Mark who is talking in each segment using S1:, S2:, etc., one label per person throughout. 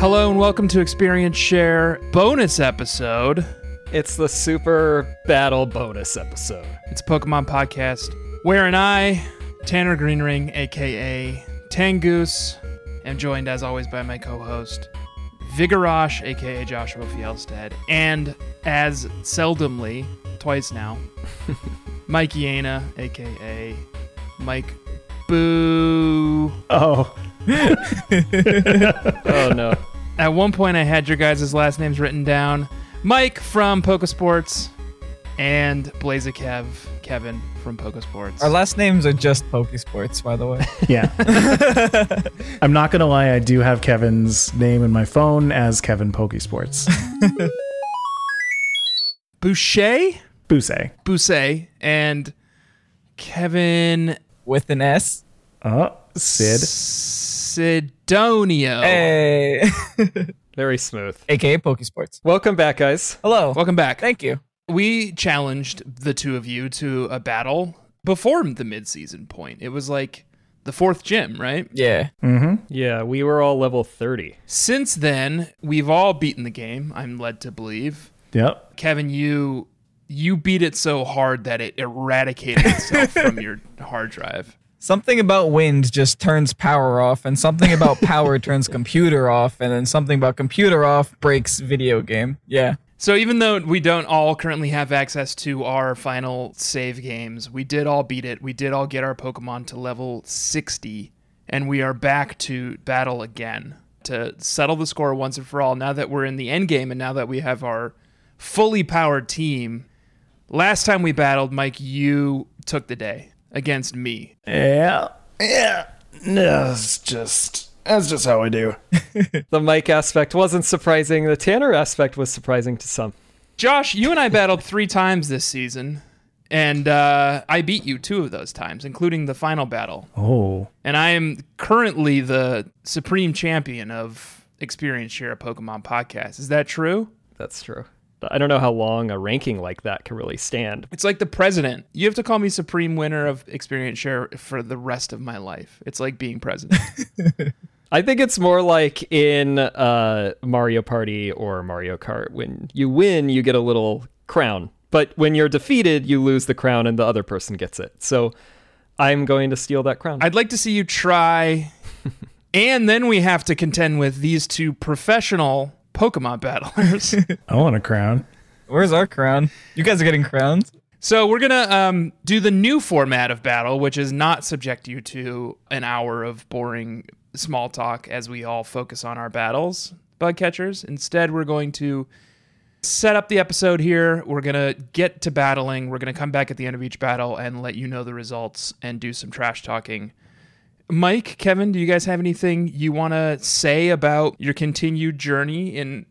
S1: Hello and welcome to Experience Share bonus episode.
S2: It's the super battle bonus episode.
S1: It's a Pokemon podcast wherein I, Tanner Greenring, aka Tangoose, am joined as always by my co-host Vigorosh, aka Joshua Fielstead, and as seldomly, twice now, Mike Iana, aka Mike Boo.
S2: Oh. oh no.
S1: At one point, I had your guys' last names written down. Mike from Pokesports and Blazakev, Kevin from Pokesports.
S3: Our last names are just Pokesports, by the way.
S4: Yeah. I'm not going to lie, I do have Kevin's name in my phone as Kevin Pokesports.
S1: Boucher,
S4: Buse.
S1: Boucher, and Kevin
S3: With an S.
S4: Oh, Sid.
S1: Sidonio.
S3: Hey.
S2: Very smooth.
S3: AKA Pokesports.
S2: Welcome back, guys.
S3: Hello.
S1: Welcome back.
S3: Thank you.
S1: we challenged the two of you to a battle before the midseason point. It was like the fourth gym, right?
S3: Yeah.
S2: Yeah, we were all level 30.
S1: Since then, we've all beaten the game, I'm led to believe.
S4: Yep.
S1: Kevin, you you beat it so hard that it eradicated itself from your hard drive.
S3: Something about wind just turns power off, and something about power turns computer off, and then something about computer off breaks video game. Yeah.
S1: So even though we don't all currently have access to our final save games, we did all beat it. We did all get our Pokemon to level 60 and we are back to battle again to settle the score once and for all now that we're in the end game and now that we have our fully powered team. Last time we battled, Mike, you took the day against me.
S4: Yeah. Yeah. No, it's just, that's just how I do.
S2: The mic aspect wasn't surprising. The Tanner aspect was surprising to some.
S1: Josh, you and I battled three times this season, and uh, I beat you two of those times, including the final battle.
S4: Oh.
S1: And I am currently the supreme champion of Experience Share a Pokemon podcast. Is that true?
S2: That's true. I don't know how long a ranking like that can really stand.
S1: It's like the president. You have to call me supreme winner of Experience Share for the rest of my life. It's like being president.
S2: I think it's more like in uh, Mario Party or Mario Kart. When you win, you get a little crown. But when you're defeated, you lose the crown and the other person gets it. So I'm going to steal that crown.
S1: I'd like to see you try. And then we have to contend with these two professional Pokemon battlers.
S4: I want a crown.
S3: Where's our crown? You guys are getting crowns?
S1: So we're gonna um, do the new format of battle, which is not subject you to an hour of boring small talk as we all focus on our battles, bug catchers. Instead, we're going to set up the episode here. We're gonna get to battling. We're gonna come back at the end of each battle and let you know the results and do some trash talking. Mike, Kevin, do you guys have anything you want to say about your continued journey in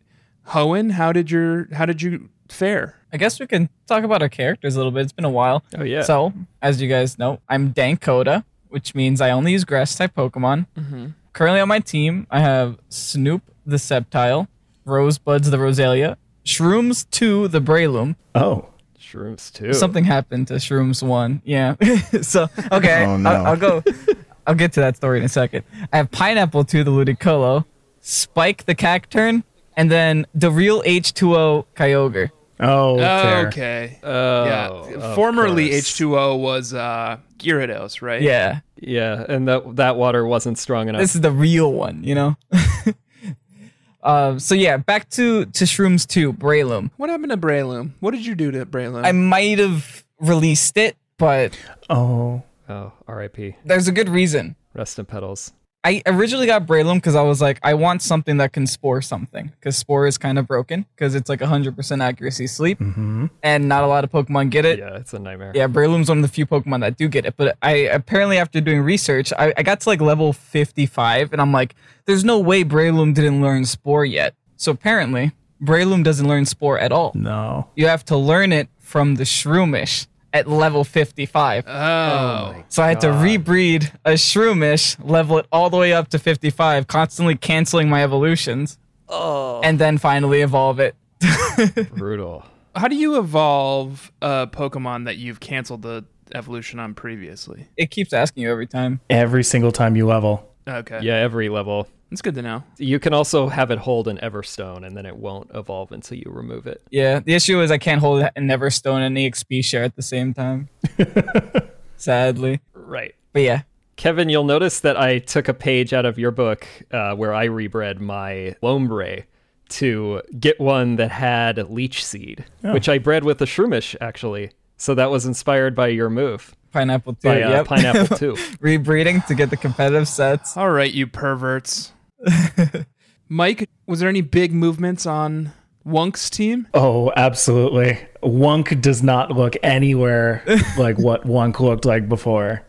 S1: Hoenn? How did your how did you fare?
S3: I guess we can talk about our characters a little bit. It's been a while.
S2: Oh, yeah.
S3: So, as you guys know, I'm Dankota, which means I only use grass type Pokemon.
S2: Mm-hmm.
S3: Currently on my team, I have Snoop the Sceptile, Rosebuds the Rosalia, Shrooms 2 the Breloom.
S4: Oh.
S2: Shrooms too.
S3: Something happened to Shrooms 1. Yeah. so, okay.
S4: Oh, no.
S3: I'll, I'll go. I'll get to that story in a second. I have Pineapple 2 the Ludicolo, Spike the Cacturn, and then the real H2O Kyogre.
S4: Oh, fair.
S1: Okay.
S2: Oh,
S1: yeah.
S2: of
S1: Formerly
S2: course.
S1: H2O was uh, Gyarados, right?
S3: Yeah.
S2: Yeah, and that that water wasn't strong enough.
S3: this is the real one, you know. uh, so yeah, back to to Shrooms Two Breloom.
S1: What happened to Breloom? What did you do to Breloom?
S3: I might have released it, but
S4: Oh.
S2: oh, R.I.P.
S3: there's a good reason.
S2: Rest in petals.
S3: I originally got Breloom because I was like, I want something that can spore something because spore is kind of broken because it's like 100% accuracy sleep and not a lot of Pokemon get it.
S2: Yeah, it's a nightmare.
S3: Yeah, Breloom's one of the few Pokemon that do get it. But I apparently, after doing research, I, I got to like level 55, and I'm like, there's no way Breloom didn't learn Spore yet. So apparently, Breloom doesn't learn Spore at all.
S4: No.
S3: You have to learn it from the Shroomish at level 55.
S1: oh.
S3: so I had to rebreed a Shroomish, level it all the way up to 55, constantly canceling my evolutions,
S2: Oh,
S3: and then finally evolve it.
S2: brutal.
S1: How do you evolve a Pokemon that you've canceled the evolution on previously?
S3: It keeps asking you every time.
S4: Every single time you level.
S1: Okay.
S2: Yeah, every level.
S1: It's good to know.
S2: You can also have it hold an Everstone, and then it won't evolve until you remove it.
S3: Yeah, the issue is I can't hold an Everstone and EXP share at the same time. Sadly.
S2: Right.
S3: But yeah,
S2: Kevin, you'll notice that I took a page out of your book uh, where I rebred my Lombre to get one that had Leech Seed, which I bred with a Shroomish, actually. So that was inspired by your move,
S3: pineapple too.
S2: by uh,
S3: yep.
S2: Pineapple 2.
S3: Rebreeding to get the competitive sets.
S1: All right, you perverts. Mike, was there any big movements on Wunk's team?
S4: Oh, absolutely. Wunk does not look anywhere like what Wunk looked like before.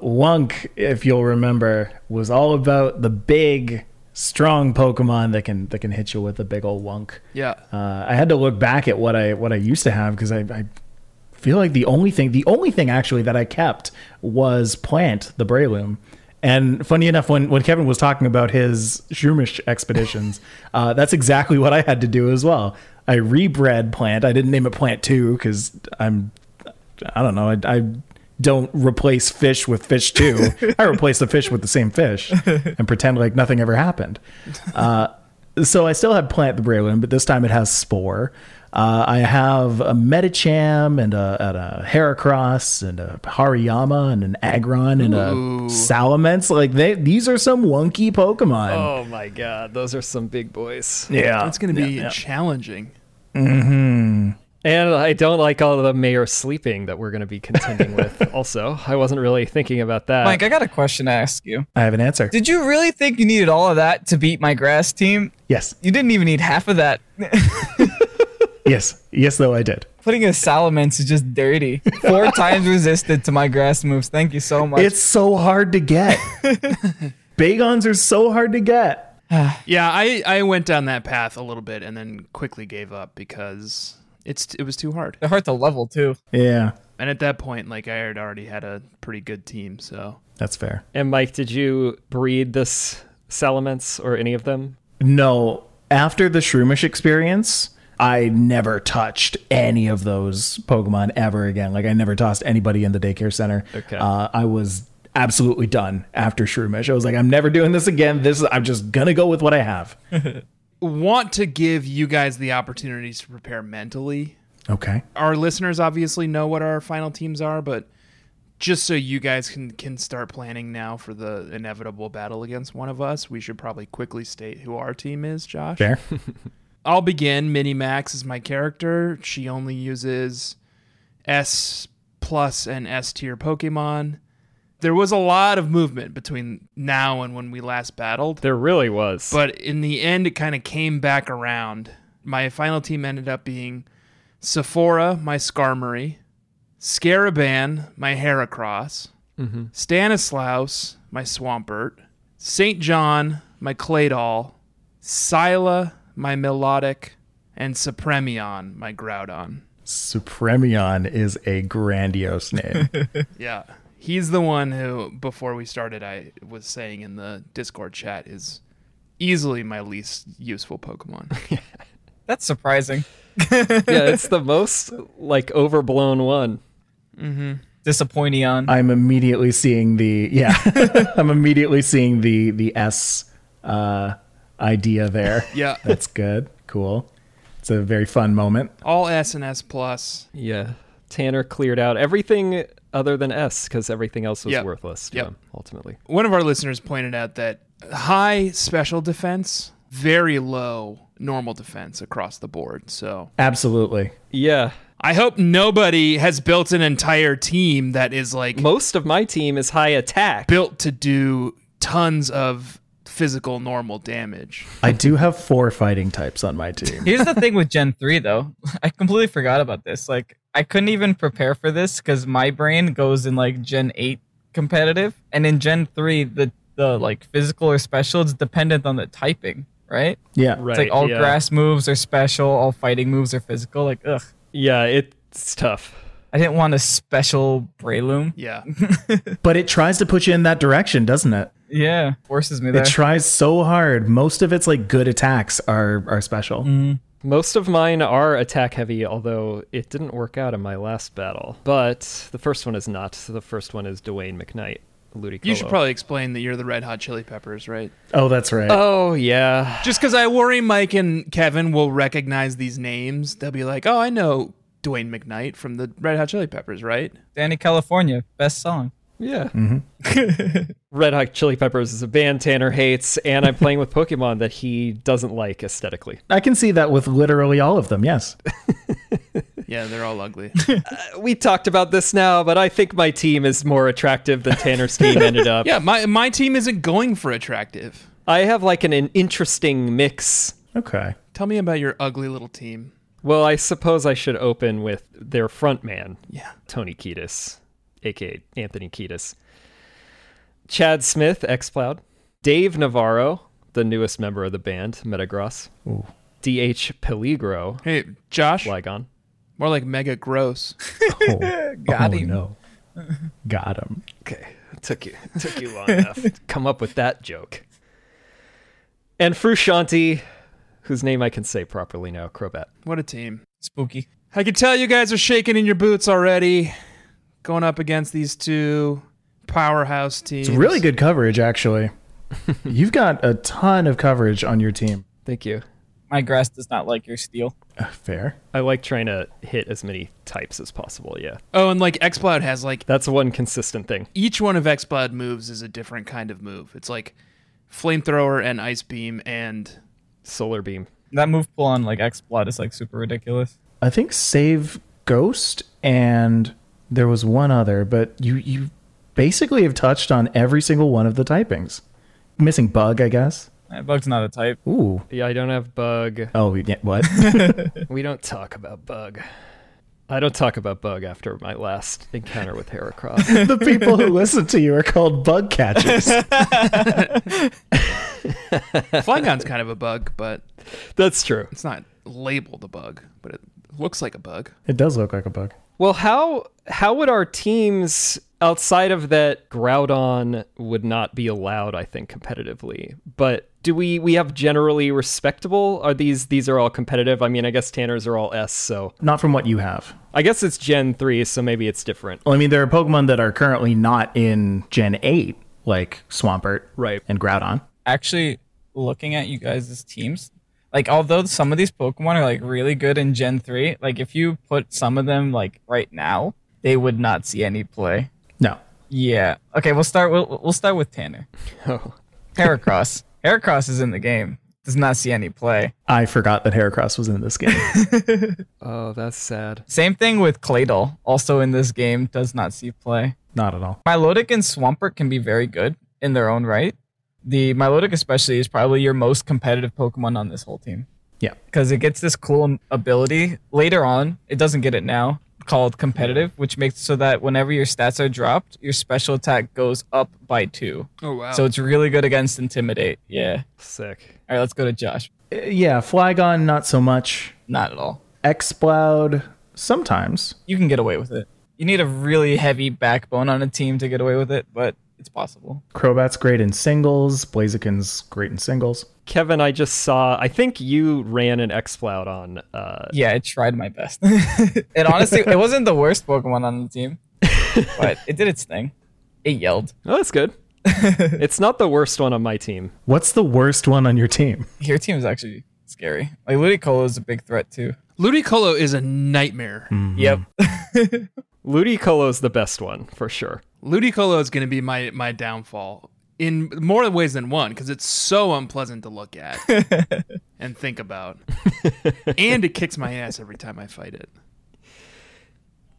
S4: Wunk, if you'll remember, was all about the big, strong Pokemon that can that can hit you with a big old wunk.
S1: Yeah.
S4: Uh, I had to look back at what I what I used to have because I, I feel like the only thing the only thing actually that I kept was plant the Breloom. And funny enough, when, when Kevin was talking about his Shroomish expeditions, uh, that's exactly what I had to do as well. I rebred plant. I didn't name it plant two because I'm I don't know. I, I don't replace fish with fish too. I replace the fish with the same fish and pretend like nothing ever happened. Uh, so I still have Plant the Breloom, but this time it has Spore. Uh, I have a Metacham and a, and a Heracross and a Hariyama and an Aggron and a Salamence. Like they, these are some wonky Pokemon.
S2: oh my God, those are some big boys.
S4: Yeah,
S1: That's going to be challenging.
S2: And I don't like all of the mayor sleeping that we're going to be contending with, also. I wasn't really thinking about that.
S3: Mike, I got a question to ask you.
S4: I have an answer.
S3: Did you really think you needed all of that to beat my grass team?
S4: yes,
S3: You didn't even need half of that.
S4: yes, yes. Though I did.
S3: Putting a Salamence is just dirty. Four times resisted to my grass moves. Thank you so much.
S4: It's so hard to get. Bagons are so hard to get.
S1: Yeah, I, I went down that path a little bit and then quickly gave up because it's it was too hard.
S3: They're hard to level too.
S4: Yeah,
S1: And at that point, like I had already had a pretty good team, so
S4: that's fair.
S2: and Mike, did you breed this Salamence or any of them?
S4: No, after the Shroomish experience, I never touched any of those Pokemon ever again. Like I never tossed anybody in the daycare center.
S2: Okay.
S4: Uh, I was absolutely done after Shroomish. I was like, I'm never doing this again. This is, I'm just gonna go with what I have.
S1: want to give you guys the opportunities to prepare mentally.
S4: Okay.
S1: Our listeners obviously know what our final teams are, but just so you guys can can start planning now for the inevitable battle against one of us, we should probably quickly state who our team is, Josh.
S4: Fair.
S1: I'll begin. Mini Max is my character. She only uses S plus and S tier Pokemon. There was a lot of movement between now and when we last battled.
S2: There really was.
S1: But in the end, it kind of came back around. My final team ended up being Sephora, my Skarmory, Scaraban, my Heracross, Stanislaus, my Swampert, St. John, my Claydol, Scylla, my Melodic, and Supremion, my Groudon.
S4: Supremion is a grandiose name.
S1: Yeah. He's the one who, before we started, I was saying in the Discord chat is easily my least useful Pokemon.
S3: That's surprising.
S2: yeah, it's the most like overblown one.
S3: Disappointing on.
S4: I'm immediately seeing the yeah. I'm immediately seeing the the S uh, idea there.
S1: Yeah.
S4: That's good. Cool. It's a very fun moment.
S1: all S and S plus.
S2: Yeah. Tanner cleared out everything other than S because everything else was
S1: Yep.
S2: worthless to
S1: Yep.
S2: him ultimately.
S1: One of our listeners pointed out that high special defense, very low normal defense across the board. So
S4: Absolutely.
S2: Yeah.
S1: I hope nobody has built an entire team that is like
S2: Most of my team is high attack.
S1: built to do tons of physical normal damage.
S4: I do have four fighting types on my team.
S3: Here's the thing with Gen 3 though. I completely forgot about this. Like I couldn't even prepare for this because my brain goes in like Gen 8 competitive. And in Gen 3, the the like physical or special is dependent on the typing, right?
S4: Yeah.
S2: right.
S3: It's like all
S2: yeah.
S3: grass moves are special, all fighting moves are physical. Like, ugh.
S2: Yeah, it's tough.
S3: I didn't want a special Breloom.
S1: Yeah.
S4: But it tries to put you in that direction, doesn't it?
S3: Yeah. Forces me there.
S4: It tries so hard. Most of its like good attacks are are special.
S2: Most of mine are attack heavy, although it didn't work out in my last battle. But the first one is not. The first one is Dwayne McKnight. Ludicolo.
S1: You should probably explain that you're the Red Hot Chili Peppers, right?
S4: Oh, that's right.
S2: Oh yeah.
S1: Just because I worry Mike and Kevin will recognize these names. They'll be like, oh, I know Dwayne McKnight from the Red Hot Chili Peppers, right?
S3: Danny California, best song.
S2: Yeah. Red Hot Chili Peppers is a band Tanner hates, and I'm playing with Pokemon that he doesn't like aesthetically.
S4: I can see that with literally all of them. Yes.
S1: Yeah, they're all ugly.
S2: We talked about this now, but I think my team is more attractive than Tanner's team ended up.
S1: yeah, my, my team isn't going for attractive.
S2: I have like an, an interesting mix.
S4: Okay.
S1: Tell me about your ugly little team.
S2: Well, I suppose I should open with their front man,
S1: Yeah.
S2: Tony Kiedis, aka Anthony Kiedis. Chad Smith, XCloud. Dave Navarro, the newest member of the band, Metagross. DH Peligro,
S1: Hey, Josh,
S2: Flygon.
S1: more like mega gross.
S4: Oh,
S3: Got
S4: oh,
S3: him.
S4: no. Got him.
S2: Okay, took you took you long enough to come up with that joke. And Frusciante, whose name I can say properly now, Crobat.
S1: What a team.
S3: Spooky.
S1: I can tell you guys are shaking in your boots already, going up against these two powerhouse teams.
S4: It's really good coverage, actually. You've got a ton of coverage on your team.
S2: Thank you.
S3: My grass does not like your steel.
S4: Uh, Fair.
S2: I like trying to hit as many types as possible. Yeah,
S1: Oh, and like XCloud has like
S2: that's one consistent thing.
S1: each one of XCloud moves is a different kind of move. It's like flamethrower and ice beam and
S2: Solar beam.
S3: That move pull on like Xplot is like super ridiculous.
S4: I think save Ghost and there was one other, but you you basically have touched on every single one of the typings. Missing bug, I guess.
S3: That bug's not a type.
S4: Ooh.
S2: Yeah, I don't have bug.
S4: Oh, yeah, what?
S2: We don't talk about bug. I don't talk about bug after my last encounter with Heracross.
S4: the people who listen to you are called bug catchers.
S1: Flygon's kind of a bug, but
S2: that's true.
S1: it's not labeled a bug, but it looks like a bug.
S4: It does look like a bug.
S2: Well, how how would our teams outside of that Groudon would not be allowed, I think, competitively. But do we we have generally respectable? Are these these are all competitive? I mean, I guess Tanners are all S, so
S4: Not from what you have.
S2: I guess it's Gen three, so maybe it's different.
S4: Well, I mean, there are Pokemon that are currently not in Gen 8, like Swampert
S2: Right.
S4: and Groudon.
S3: Actually, looking at you guys' as teams, like although some of these Pokemon are like really good in Gen 3, like if you put some of them like right now, they would not see any play.
S4: No.
S3: Yeah. Okay, we'll start we'll, we'll start with Tanner.
S2: Oh.
S3: Heracross. Heracross is in the game. Does not see any play.
S4: I forgot that Heracross was in this game.
S2: Oh, that's sad.
S3: Same thing with Claydol, also in this game, does not see play.
S4: not at all.
S3: Milotic and Swampert can be very good in their own right. The Milotic especially is probably your most competitive Pokemon on this whole team.
S4: Yeah.
S3: Because it gets this cool ability later on. It doesn't get it now, called competitive, which makes so that whenever your stats are dropped, your special attack goes up by two.
S1: Oh wow.
S3: So it's really good against Intimidate. Yeah.
S2: Sick.
S3: All right, let's go to Josh.
S4: Uh, Yeah, Flygon, not so much.
S3: Not at all.
S4: Exploud, sometimes.
S3: You can get away with it. You need a really heavy backbone on a team to get away with it, but it's possible.
S4: Crobat's great in singles. Blaziken's great in singles.
S2: Kevin, I just saw I think you ran an Xploud on uh
S3: Yeah, I tried my best. and honestly, it wasn't the worst Pokemon on the team, but it did its thing. It yelled.
S2: Oh, that's good. it's not the worst one on my team.
S4: What's the worst one on your team?
S3: Your team is actually scary. Like Ludicolo is a big threat too.
S1: Ludicolo is a nightmare.
S3: Yep.
S2: Ludicolo's the best one for sure.
S1: Ludicolo is going to be my my downfall in more ways than one because it's so unpleasant to look at and think about, and it kicks my ass every time I fight it.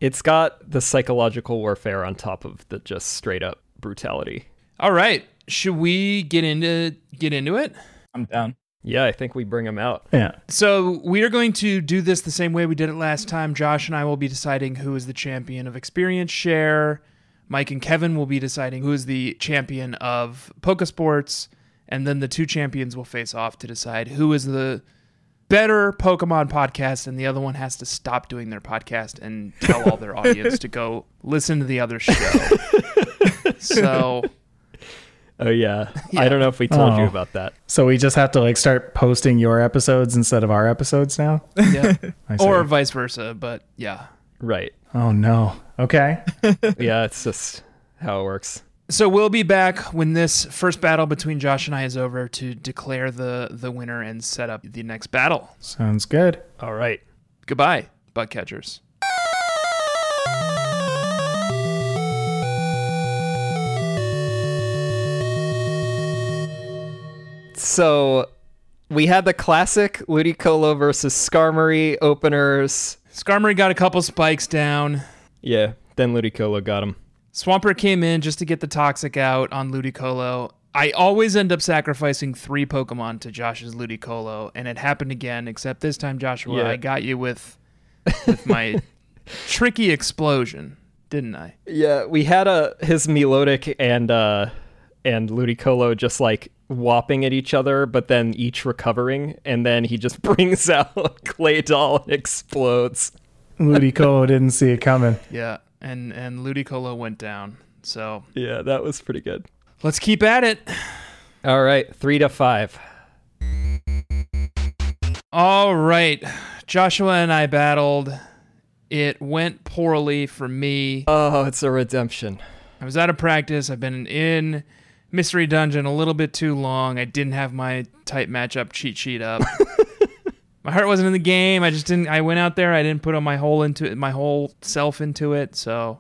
S2: It's got the psychological warfare on top of the just straight up brutality.
S1: All right, should we get into get into it?
S3: I'm down.
S2: Yeah, I think we bring him out.
S4: Yeah.
S1: So we are going to do this the same way we did it last time. Josh and I will be deciding who is the champion of experience share. Mike and Kevin will be deciding who is the champion of Pokesports, and then the two champions will face off to decide who is the better Pokemon podcast, and the other one has to stop doing their podcast and tell all their audience to go listen to the other show. so
S2: Oh yeah. I don't know if we told you
S4: Oh.
S2: about that.
S4: So we just have to like start posting your episodes instead of our episodes now?
S1: yeah.
S4: I see.
S1: or vice versa, but yeah.
S2: Right.
S4: Oh no. Okay.
S2: Yeah, it's just how it works.
S1: So we'll be back when this first battle between Josh and I is over to declare the the winner and set up the next battle.
S4: Sounds good.
S2: All right.
S1: Goodbye, bug catchers.
S2: So we had the classic Ludicolo versus Skarmory openers.
S1: Skarmory got a couple spikes down.
S2: Yeah, then Ludicolo got him.
S1: Swampert came in just to get the toxic out on Ludicolo. I always end up sacrificing three Pokemon to Josh's Ludicolo, and it happened again, except this time, Joshua,
S2: Yeah.
S1: I got you with with my tricky explosion, didn't I?
S2: Yeah, we had a his Melodic and uh and Ludicolo just like whopping at each other, but then each recovering, and then he just brings out a clay doll and explodes.
S4: Ludicolo didn't see it coming.
S1: Yeah. And and Ludicolo went down. So
S2: Yeah, that was pretty good.
S1: let's keep at it.
S2: All right, three to five.
S1: All right. Joshua and I battled. It went poorly for me.
S2: Oh, it's a redemption.
S1: I was out of practice. I've been in Mystery Dungeon a little bit too long. I didn't have my type matchup cheat sheet up. my heart wasn't in the game. I just didn't I went out there. I didn't put on my whole into it, my whole self into it. So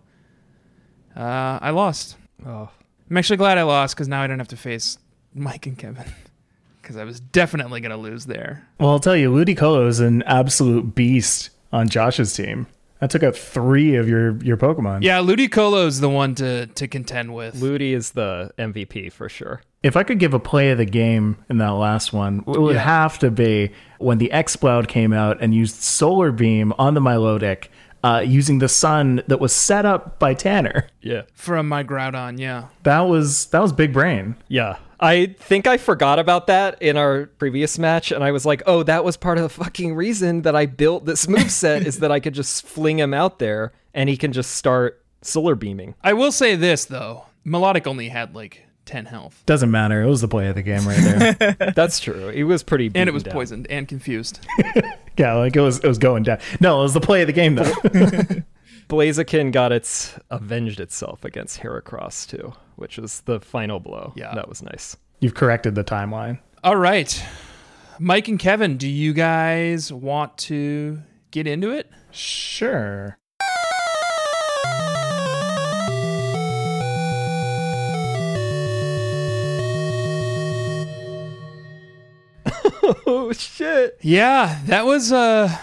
S1: uh, I lost.
S2: Oh.
S1: I'm actually glad I lost cuz now I don't have to face Mike and Kevin cuz I was definitely going to lose there.
S4: Well, I'll tell you, Ludicolo is an absolute beast on Josh's team. That took out three of your your Pokemon.
S1: Yeah, Ludicolo's the one to to contend with.
S2: Ludi is the MVP for sure.
S4: If I could give a play of the game in that last one, it would
S1: Yeah.
S4: have to be when the Exploud came out and used Solar Beam on the Milotic, uh, using the sun that was set up by Tanner.
S2: Yeah.
S1: from my Groudon, yeah.
S4: That was that was big brain.
S2: Yeah. I think I forgot about that in our previous match, and I was like, oh, that was part of the fucking reason that I built this moveset is that I could just fling him out there and he can just start solar beaming.
S1: I will say this though. Melodic only had like 10 health.
S4: Doesn't matter. It was the play of the game right there.
S2: That's true. He was pretty
S1: and it
S2: beaten
S1: was
S2: down.
S1: poisoned and confused.
S4: yeah, like it was it was going down. No, it was the play of the game though.
S2: Blaziken got its avenged itself against Heracross too, which was the final blow.
S1: Yeah.
S2: That was nice.
S4: You've corrected the timeline.
S1: All right. Mike and Kevin, do you guys want to get into it?
S4: Sure.
S2: Oh shit.
S1: Yeah, that was a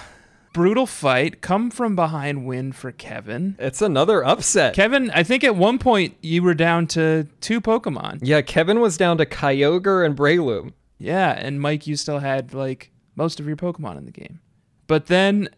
S1: brutal fight. Come from behind win for Kevin.
S2: It's another upset.
S1: Kevin, I think at one point you were down to two Pokemon.
S2: yeah, Kevin was down to Kyogre and Breloom.
S1: Yeah, and Mike, you still had like most of your Pokemon in the game. But then,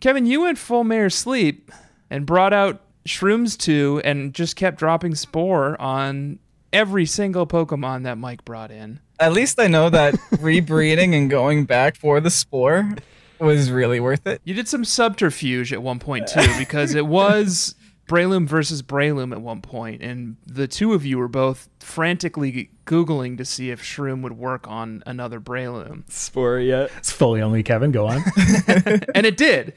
S1: Kevin, you went full Mayor Sleep and brought out Shrooms 2 and just kept dropping Spore on every single Pokemon that Mike brought in.
S3: At least I know that rebreeding and going back for the spore was really worth it.
S1: You did some subterfuge at one point too, because it was Breloom versus Breloom at one point, and the two of you were both frantically googling to see if Shroom would work on another Breloom,
S2: Spore yet.
S4: It's fully only Kevin. Go on.
S1: and it did.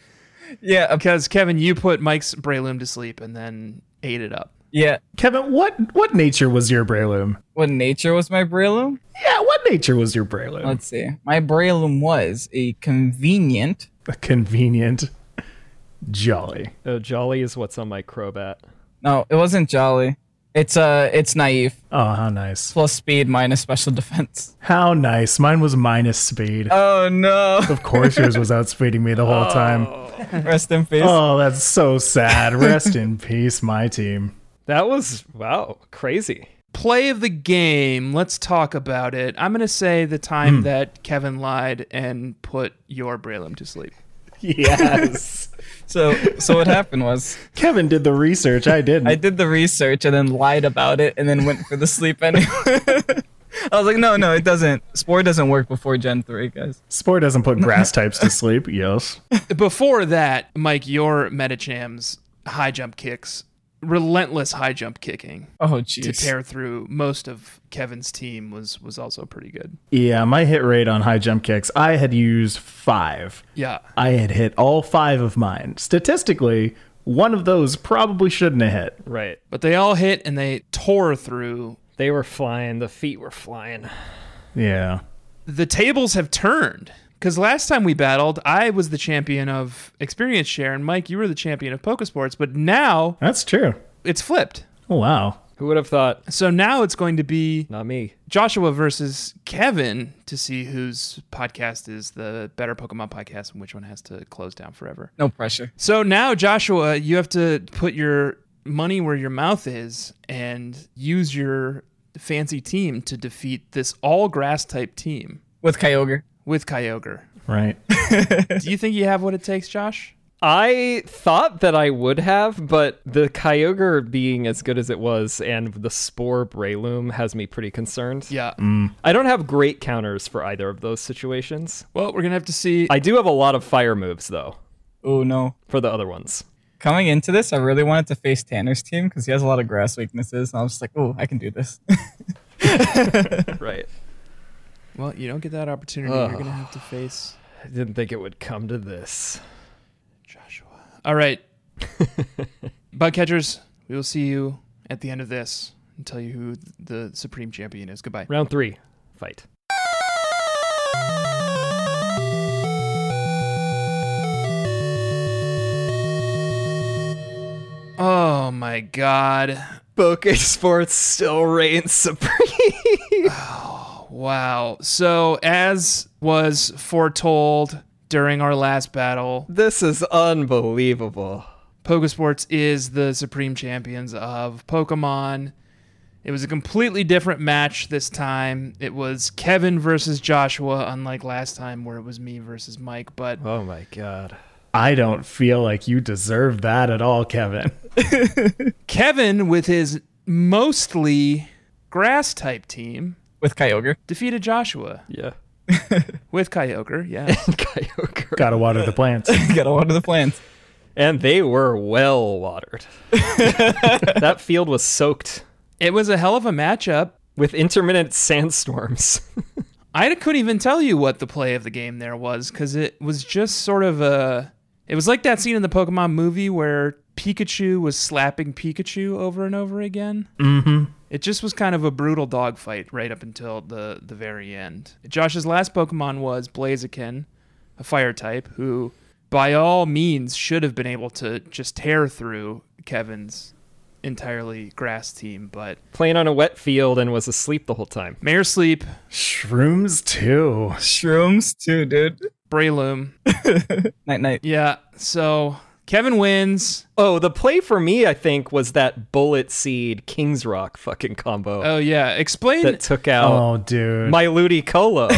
S3: Yeah, uh,
S1: Because Kevin, you put Mike's Breloom to sleep and then ate it up.
S3: yeah.
S4: Kevin, what what nature was your Breloom?
S3: What nature was my Breloom?
S4: Yeah, what nature was your Breloom?
S3: Let's see. My Breloom was a convenient
S4: convenient, jolly.
S2: Oh, Jolly is what's on my Crobat.
S3: No, it wasn't jolly. It's uh it's naive.
S4: Oh, how nice.
S3: Plus speed minus special defense.
S4: How nice. Mine was minus speed.
S3: Oh no.
S4: Of course, yours was outspeeding me the whole time.
S3: Rest in peace.
S4: Oh, that's so sad. Rest in peace, my team.
S2: That was wow, crazy.
S1: Play of the game, let's talk about it. I'm going to say the time that Kevin lied and put your Breloom to sleep.
S4: Yes.
S3: So so what happened was
S4: Kevin did the research. I didn't.
S3: I did the research and then lied about it and then went for the sleep anyway. I was like, no, no, it doesn't. Spore doesn't work before Gen 3, guys.
S4: Spore doesn't put grass types to sleep. Yes.
S1: Before that, Mike, your Metacham's high jump kicks, relentless high jump kicking to
S3: Oh, jeez.
S1: tear through most of Kevin's team was was also pretty good.
S4: Yeah, my hit rate on high jump kicks, I had used five.
S1: Yeah.
S4: I had hit all five of mine. Statistically, one of those probably shouldn't have hit.
S2: Right.
S1: But they all hit and they tore through.
S2: They were flying. The feet were flying.
S4: Yeah.
S1: The tables have turned. Because last time we battled, I was the champion of experience share, and Mike, you were the champion of Pokesports. But now
S4: That's true.
S1: it's flipped.
S4: Oh, wow.
S2: Who would have thought?
S1: So now it's going to be
S2: Not me.
S1: Joshua versus Kevin to see whose podcast is the better Pokemon podcast and which one has to close down forever.
S3: No pressure.
S1: So now, Joshua, you have to put your money where your mouth is and use your fancy team to defeat this all grass type team
S3: With Kyogre.
S1: with Kyogre.
S4: Right.
S1: Do you think you have what it takes, Josh?
S2: I thought that I would have, but the Kyogre being as good as it was and the Spore Breloom has me pretty concerned.
S1: Yeah.
S2: I don't have great counters for either of those situations.
S1: Well, we're going to have to see.
S2: I do have a lot of fire moves, though,
S3: Oh no.
S2: for the other ones.
S3: Coming into this, I really wanted to face Tanner's team because he has a lot of grass weaknesses, and I was just like, "Oh, I can do this."
S2: Right.
S1: Well, you don't get that opportunity. You're
S2: Ugh.
S1: going to have to face
S2: I didn't think it would come to this.
S1: Joshua. All right. Bug catchers, we will see you at the end of this and tell you who the supreme champion is. Goodbye.
S2: Round three, fight.
S1: Oh my god.
S2: Bokeh Sports still reigns supreme.
S1: Wow. So, as was foretold during our last battle,
S2: this is unbelievable.
S1: Pokesports is the supreme champions of Pokemon. It was a completely different match this time. It was Kevin versus Joshua, unlike last time where it was me versus Mike. But
S2: Oh my god.
S4: I don't feel like you deserve that at all, Kevin.
S1: Kevin, with his mostly grass type team,
S3: With Kyogre.
S1: defeated Joshua
S2: Yeah.
S1: with Kyogre. Yeah.
S2: Kyogre.
S4: Gotta water the plants.
S3: Gotta water the plants.
S2: And they were well watered. that field was soaked
S1: it was a hell of a matchup.
S2: with intermittent sandstorms.
S1: I couldn't even tell you what the play of the game there was because it was just sort of a. It was like that scene in the Pokemon movie where Pikachu was slapping Pikachu over and over again. Mm-hmm. It just was kind of a brutal dogfight right up until the the very end. Josh's last Pokemon was Blaziken, a fire type who, by all means, should have been able to just tear through Kevin's entirely grass team, but
S2: Playing on a wet field and was asleep the whole time.
S1: Mayor Sleep,
S4: Shrooms, too.
S3: Shrooms too, dude.
S1: Breloom,
S3: Night night.
S1: Yeah. So Kevin wins.
S2: Oh, the play for me, I think, was that bullet seed King's Rock fucking combo
S1: Oh yeah. Explain
S2: that took out
S4: Oh, dude.
S2: my Ludicolo.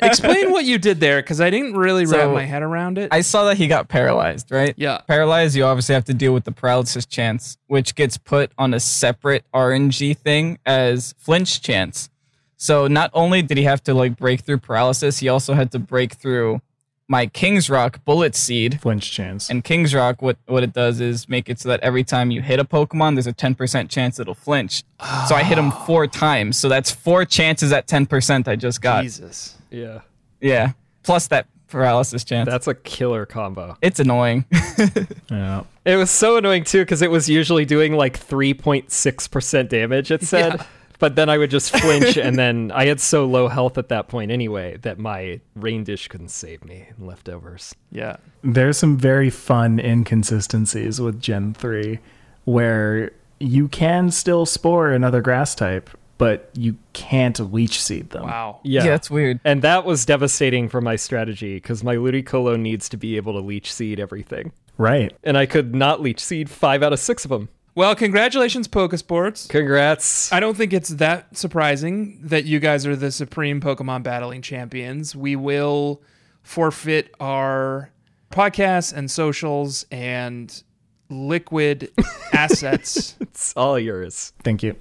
S1: explain what you did there because I didn't really wrap
S3: So,
S1: my head around it.
S3: I saw that he got paralyzed, right?
S1: yeah.
S3: Paralyzed, you obviously have to deal with the paralysis chance, which gets put on a separate RNG thing as flinch chance. So not only did he have to like break through paralysis, he also had to break through my King's Rock bullet seed.
S4: Flinch chance.
S3: And King's Rock, what, what it does is make it so that every time you hit a Pokemon, there's a 10% chance it'll flinch. So I hit him four times. So that's four chances at 10% I just got.
S1: Jesus.
S2: yeah.
S3: Yeah. Plus that paralysis chance.
S2: That's a killer combo.
S3: it's annoying.
S4: yeah.
S2: It was so annoying too because it was usually doing like 3.6% damage, it said. But then I would just flinch, and then I had so low health at that point anyway that my rain dish couldn't save me and leftovers.
S1: Yeah.
S4: There's some very fun inconsistencies with Gen 3 where you can still spore another grass type, but you can't leech seed them.
S1: Wow.
S2: Yeah.
S3: yeah, that's weird.
S2: and that was devastating for my strategy because my Ludicolo needs to be able to leech seed everything.
S4: Right.
S2: And I could not leech seed five out of six of them.
S1: Well, congratulations, Pokesports.
S2: Congrats.
S1: I don't think it's that surprising that you guys are the supreme Pokemon battling champions. We will forfeit our podcasts and socials and liquid assets,
S2: It's all yours.
S4: Thank you.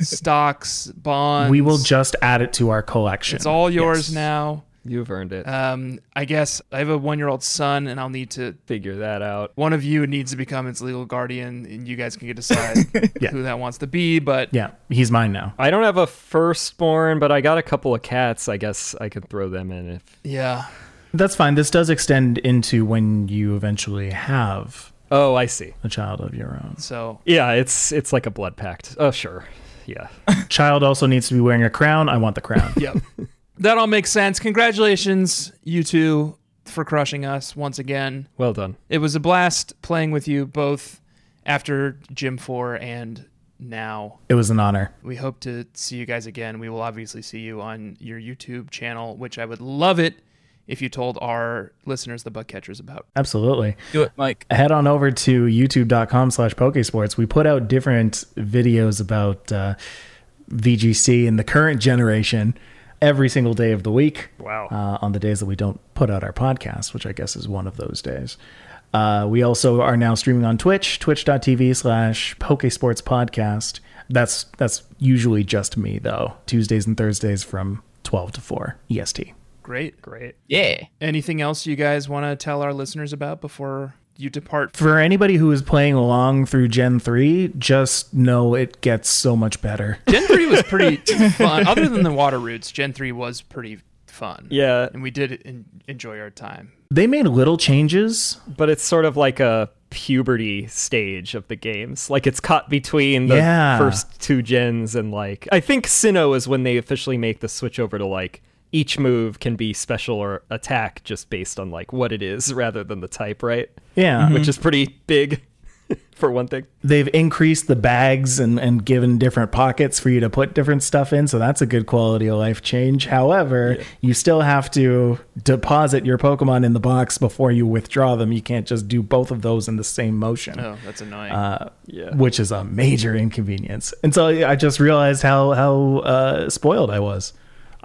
S1: stocks, bonds.
S4: We will just add it to our collection.
S1: It's all yours now.
S2: You've earned it.
S1: Um, I guess I have a one year old son, and I'll need to.
S2: Figure that out.
S1: One of you needs to become its legal guardian, and you guys can decide
S4: Yeah.
S1: who that wants to be. But
S4: yeah, he's mine now.
S2: I don't have a firstborn, but I got a couple of cats. I guess I could throw them in if
S1: yeah,
S4: That's fine. This does extend into when you eventually have
S2: Oh, I see.
S4: A child of your own.
S1: So
S2: Yeah, it's it's like a blood pact. Oh, sure. Yeah.
S4: Child also needs to be wearing a crown. I want the crown.
S1: Yep. that all makes sense. Congratulations, you two, for crushing us once again.
S2: Well done.
S1: It was a blast playing with you both after Gym 4 and now.
S4: it was an honor.
S1: We hope to see you guys again. We will obviously see you on your YouTube channel, which I would love it if you told our listeners, the bug catchers, about.
S4: Absolutely.
S3: Do it, Mike.
S4: head on over to youtube.com slash pokesports we put out different videos about uh, vgc and the current generation every single day of the week
S2: Wow.
S4: uh, on the days that we don't put out our podcast which i guess is one of those days uh, we also are now streaming on twitch twitch.tv slash pokesports podcast that's that's usually just me though tuesdays and thursdays from 12 to E 4 est
S1: Great.
S2: Great.
S3: Yeah.
S1: Anything else you guys want to tell our listeners about before you depart?
S4: for anybody who is playing along through Gen 3, just know it gets so much better.
S1: Gen 3 was pretty fun. Other than the water routes, Gen 3 was pretty fun.
S2: Yeah,
S1: And we did en- enjoy our time.
S4: They made little changes.
S2: but it's sort of like a puberty stage of the games. Like it's caught between the
S4: Yeah.
S2: first two gens and like I think Sinnoh is when they officially make the switch over to like each move can be special or attack just based on like what it is rather than the type, right?
S4: Yeah.
S2: Which is pretty big for one thing.
S4: Mm-hmm. They've increased the bags and, and given different pockets for you to put different stuff in. So that's a good quality of life change. However, you still have to deposit your Pokemon in the box before you withdraw them. You can't just do both of those in the same motion.
S1: Oh, that's annoying.
S4: Uh,
S2: Yeah.
S4: Which is a major inconvenience, and so I I just realized how how uh, spoiled I was.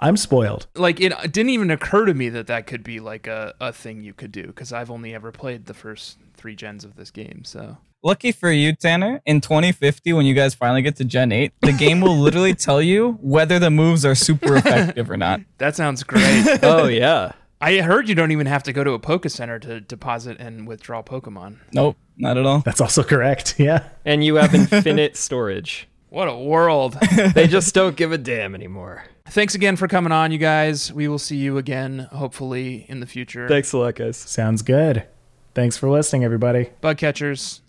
S4: I'm spoiled.
S1: like it didn't even occur to me that that could be like a, a thing you could do because I've only ever played the first three gens of this game. So
S3: Lucky for you, Tanner, in 2050, when you guys finally get to Gen 8, the game will literally tell you whether the moves are super effective or not.
S1: that sounds great.
S2: oh yeah.
S1: I heard you don't even have to go to a Poke Center to deposit and withdraw Pokemon.
S3: Nope, not at all.
S4: That's also correct. Yeah.
S2: And you have infinite storage.
S1: What a world.
S2: They just don't give a damn anymore.
S1: Thanks again for coming on, you guys. We will see you again, hopefully, in the future.
S2: Thanks a lot, guys.
S4: Sounds good. Thanks for listening, everybody.
S1: Bug catchers,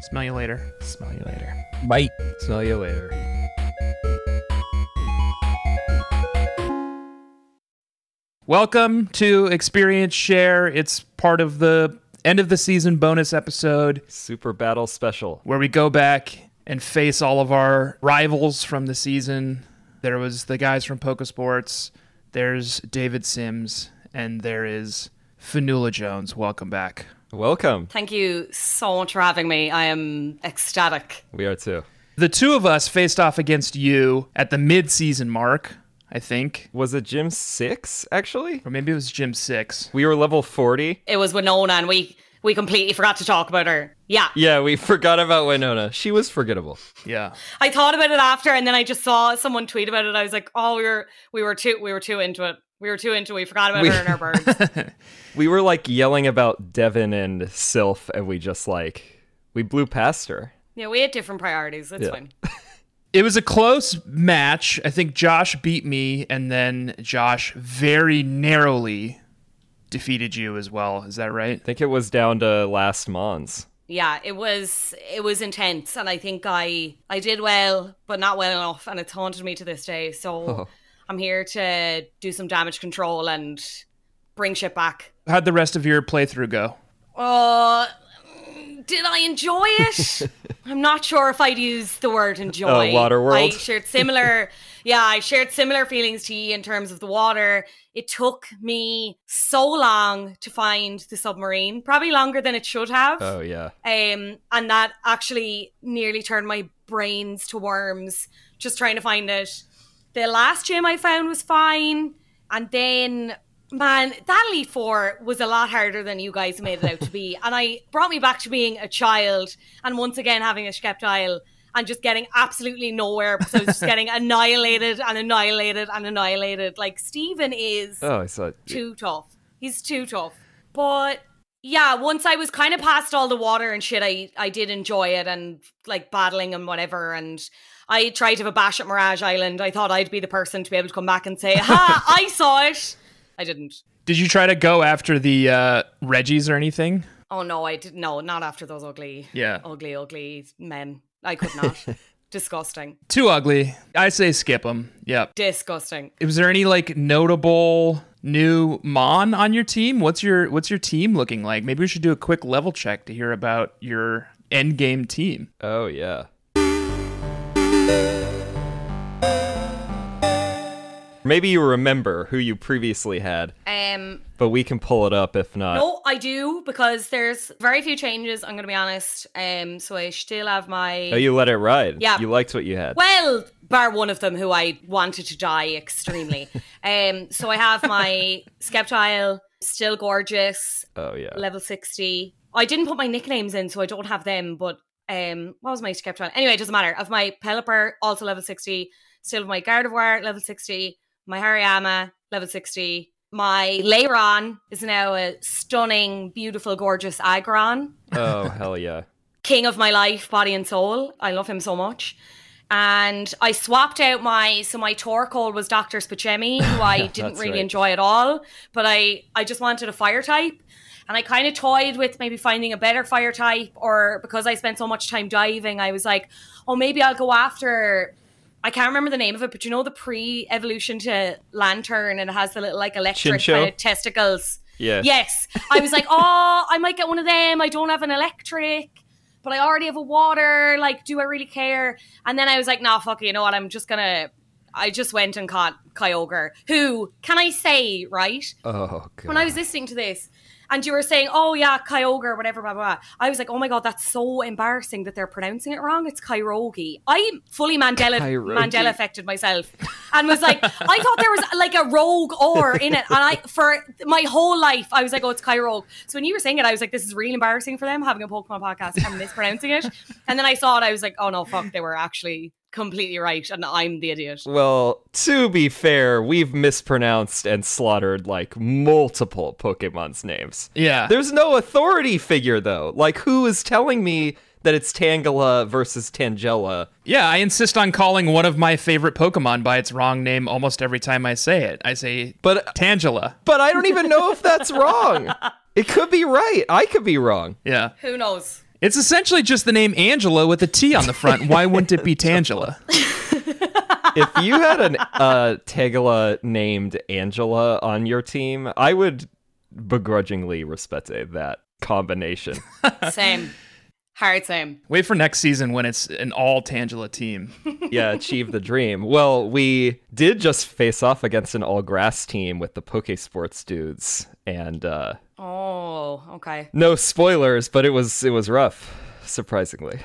S1: smell you later.
S4: Smell you later.
S3: Bite.
S2: Smell you later.
S1: Welcome to Experience Share. It's part of the end of the season bonus episode.
S2: Super battle special.
S1: where we go back and face all of our rivals from the season. There was the guys from Pokesports, there's David Sims, and there is Fanula Jones. Welcome back.
S2: Welcome.
S5: Thank you so much for having me. I am ecstatic.
S2: We are too.
S1: The two of us faced off against you at the mid-season mark, I think,
S2: Was it gym six, actually?
S1: or maybe it was Gym 6.
S2: We were level 40.
S5: It was Winona, and we we completely forgot to talk about her. Yeah,
S2: Yeah, we forgot about Winona. She was forgettable.
S1: Yeah.
S5: I thought about it after, and then I just saw someone tweet about it. I was like, oh, we were we were too we were too into it. We were too into it. We forgot about
S2: We-
S5: her and her birds.
S2: We were like yelling about Devin and Sylph, and we just like, we blew past her.
S5: yeah, we had different priorities. It's
S2: Yeah.
S5: fine.
S1: It was a close match. I think Josh beat me and then Josh very narrowly defeated you as well. Is that right?
S2: I think it was down to last Mons.
S5: Yeah, it was it was intense, and I think I I did well, but not well enough, and it's haunted me to this day. So
S2: Oh.
S5: I'm here to do some damage control and bring shit back.
S1: How'd the rest of your playthrough go?
S5: Uh, did I enjoy it? I'm not sure if I'd use the word enjoy.
S2: Oh, Waterworld.
S5: I shared similar, yeah, I shared similar feelings to you in terms of the water. It took me so long to find the submarine, probably longer than it should have.
S2: Oh, yeah.
S5: Um, and that actually nearly turned my brains to worms just trying to find it. The last gym I found was fine, and then man, that Elite Four was a lot harder than you guys made it out to be, and I brought me back to being a child and once again having a skeptile and just getting absolutely nowhere because I was just getting annihilated and annihilated and annihilated. Like Steven is
S2: Oh, I saw.
S5: too tough. He's too tough. But yeah, once I was kind of past all the water and shit, I I did enjoy it and like battling and whatever. And I tried to have a bash at Mirage Island. I thought I'd be the person to be able to come back and say, "Ha, I saw it." I didn't.
S1: Did you try to go after the uh, Reggies or anything?
S5: Oh no, I did no, not after those ugly,
S1: Yeah.
S5: ugly, ugly men. I could not. Disgusting.
S1: Too ugly. I say skip them. Yep.
S5: Disgusting.
S1: Was there any like notable new Mon on your team? What's your What's your team looking like? Maybe we should do a quick level check to hear about your end game team.
S2: Oh yeah. Maybe you remember who you previously had,
S5: Um
S2: but we can pull it up if not.
S5: no, I do because there's very few changes, I'm gonna be honest. Um so I still have my
S2: Oh, you let it ride.
S5: Yeah.
S2: You liked what you had.
S5: Well, bar one of them who I wanted to die extremely. um, so I have my Skeptile, still gorgeous,
S2: Oh yeah.
S5: level 60. I didn't put my nicknames in, so I don't have them, but um, what was my Skeptile? Anyway, it doesn't matter. Of my Pelipper, also level 60, still my Gardevoir, level 60, my Hariyama, level 60. My Leiron is now a stunning, beautiful, gorgeous Agron
S2: oh hell yeah.
S5: king of my life, body and soul. I love him so much. And I swapped out my so my Torkoal was Doctor Spachemi, who I didn't
S2: That's
S5: really
S2: right.
S5: enjoy at all. But I I just wanted a fire type, and I kind of toyed with maybe finding a better fire type, or because I spent so much time diving, I was like, oh maybe I'll go after. I can't remember the name of it, but you know the pre-evolution to Lantern, and it has the little like electric
S2: Chinchou?
S5: kind of testicles.
S2: Yeah.
S5: Yes. I was like, oh, I might get one of them. I don't have an electric, but I already have a water. Like, do I really care? And then I was like, nah, fuck it. You know what? I'm just going to. I just went and caught Kyogre, who, can I say, right?
S2: Oh god.
S5: When I was listening to this, and you were saying, oh, yeah, Kyogre, whatever, blah, blah, blah. I was like, oh my God, that's so embarrassing that they're pronouncing it wrong. It's Kyrogi. I fully Mandela,
S2: Kyrogi.
S5: Mandela affected myself and was like, I thought there was like a rogue or in it. And I, for my whole life, I was like, oh, it's Kyrogue. So when you were saying it, I was like, this is really embarrassing for them having a Pokemon podcast and mispronouncing it. And then I saw it, I was like, oh no, fuck, they were actually completely right. And I'm the idiot.
S2: Well, to be fair, we've mispronounced and slaughtered like multiple Pokemon's names.
S1: Yeah.
S2: There's no authority figure though. Like who is telling me that it's Tangela versus Tangela?
S1: Yeah, I insist on calling one of my favorite Pokemon by its wrong name almost every time I say it. I say
S2: But
S1: Tangela.
S2: but I don't even know if that's wrong. It could be right. I could be wrong.
S1: Yeah.
S5: Who knows?
S1: It's essentially just the name Angela with a T on the front. Why wouldn't it be Tangela?
S2: If you had an uh Tegela named Angela on your team, I would begrudgingly respect that combination.
S5: Same. Hard same.
S1: Wait for next season when it's an all Tangela team.
S2: yeah, achieve the dream. Well, we did just face off against an all grass team with the Poke Sports dudes, and uh,
S5: Oh, okay.
S2: no spoilers, but it was it was rough, surprisingly.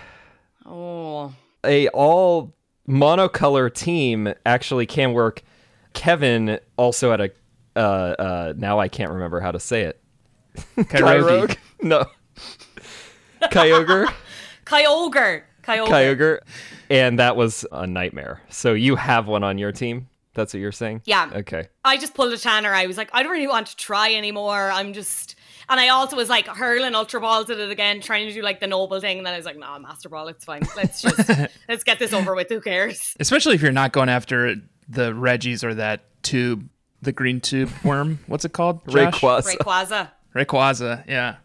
S5: Oh,
S2: A all monocolor team actually can work. Kevin also had a uh, uh, now I can't remember how to say it.
S1: Kyrogue.
S2: Kyrogue? No. Kyogre.
S5: Kyogre. Kyogre.
S2: Kyogre. And that was a nightmare. So you have one on your team. That's what you're saying?
S5: Yeah.
S2: Okay.
S5: I just pulled a Tanner. I was like, I don't really want to try anymore. I'm just. And I also was like hurling ultra balls at it again, trying to do like the noble thing. And then I was like, nah, master ball, it's fine. Let's just let's get this over with. Who cares?
S1: Especially if you're not going after the Reggies or that tube, the green tube worm. What's it called? Josh?
S2: Rayquaza.
S5: Rayquaza.
S1: Rayquaza. Yeah.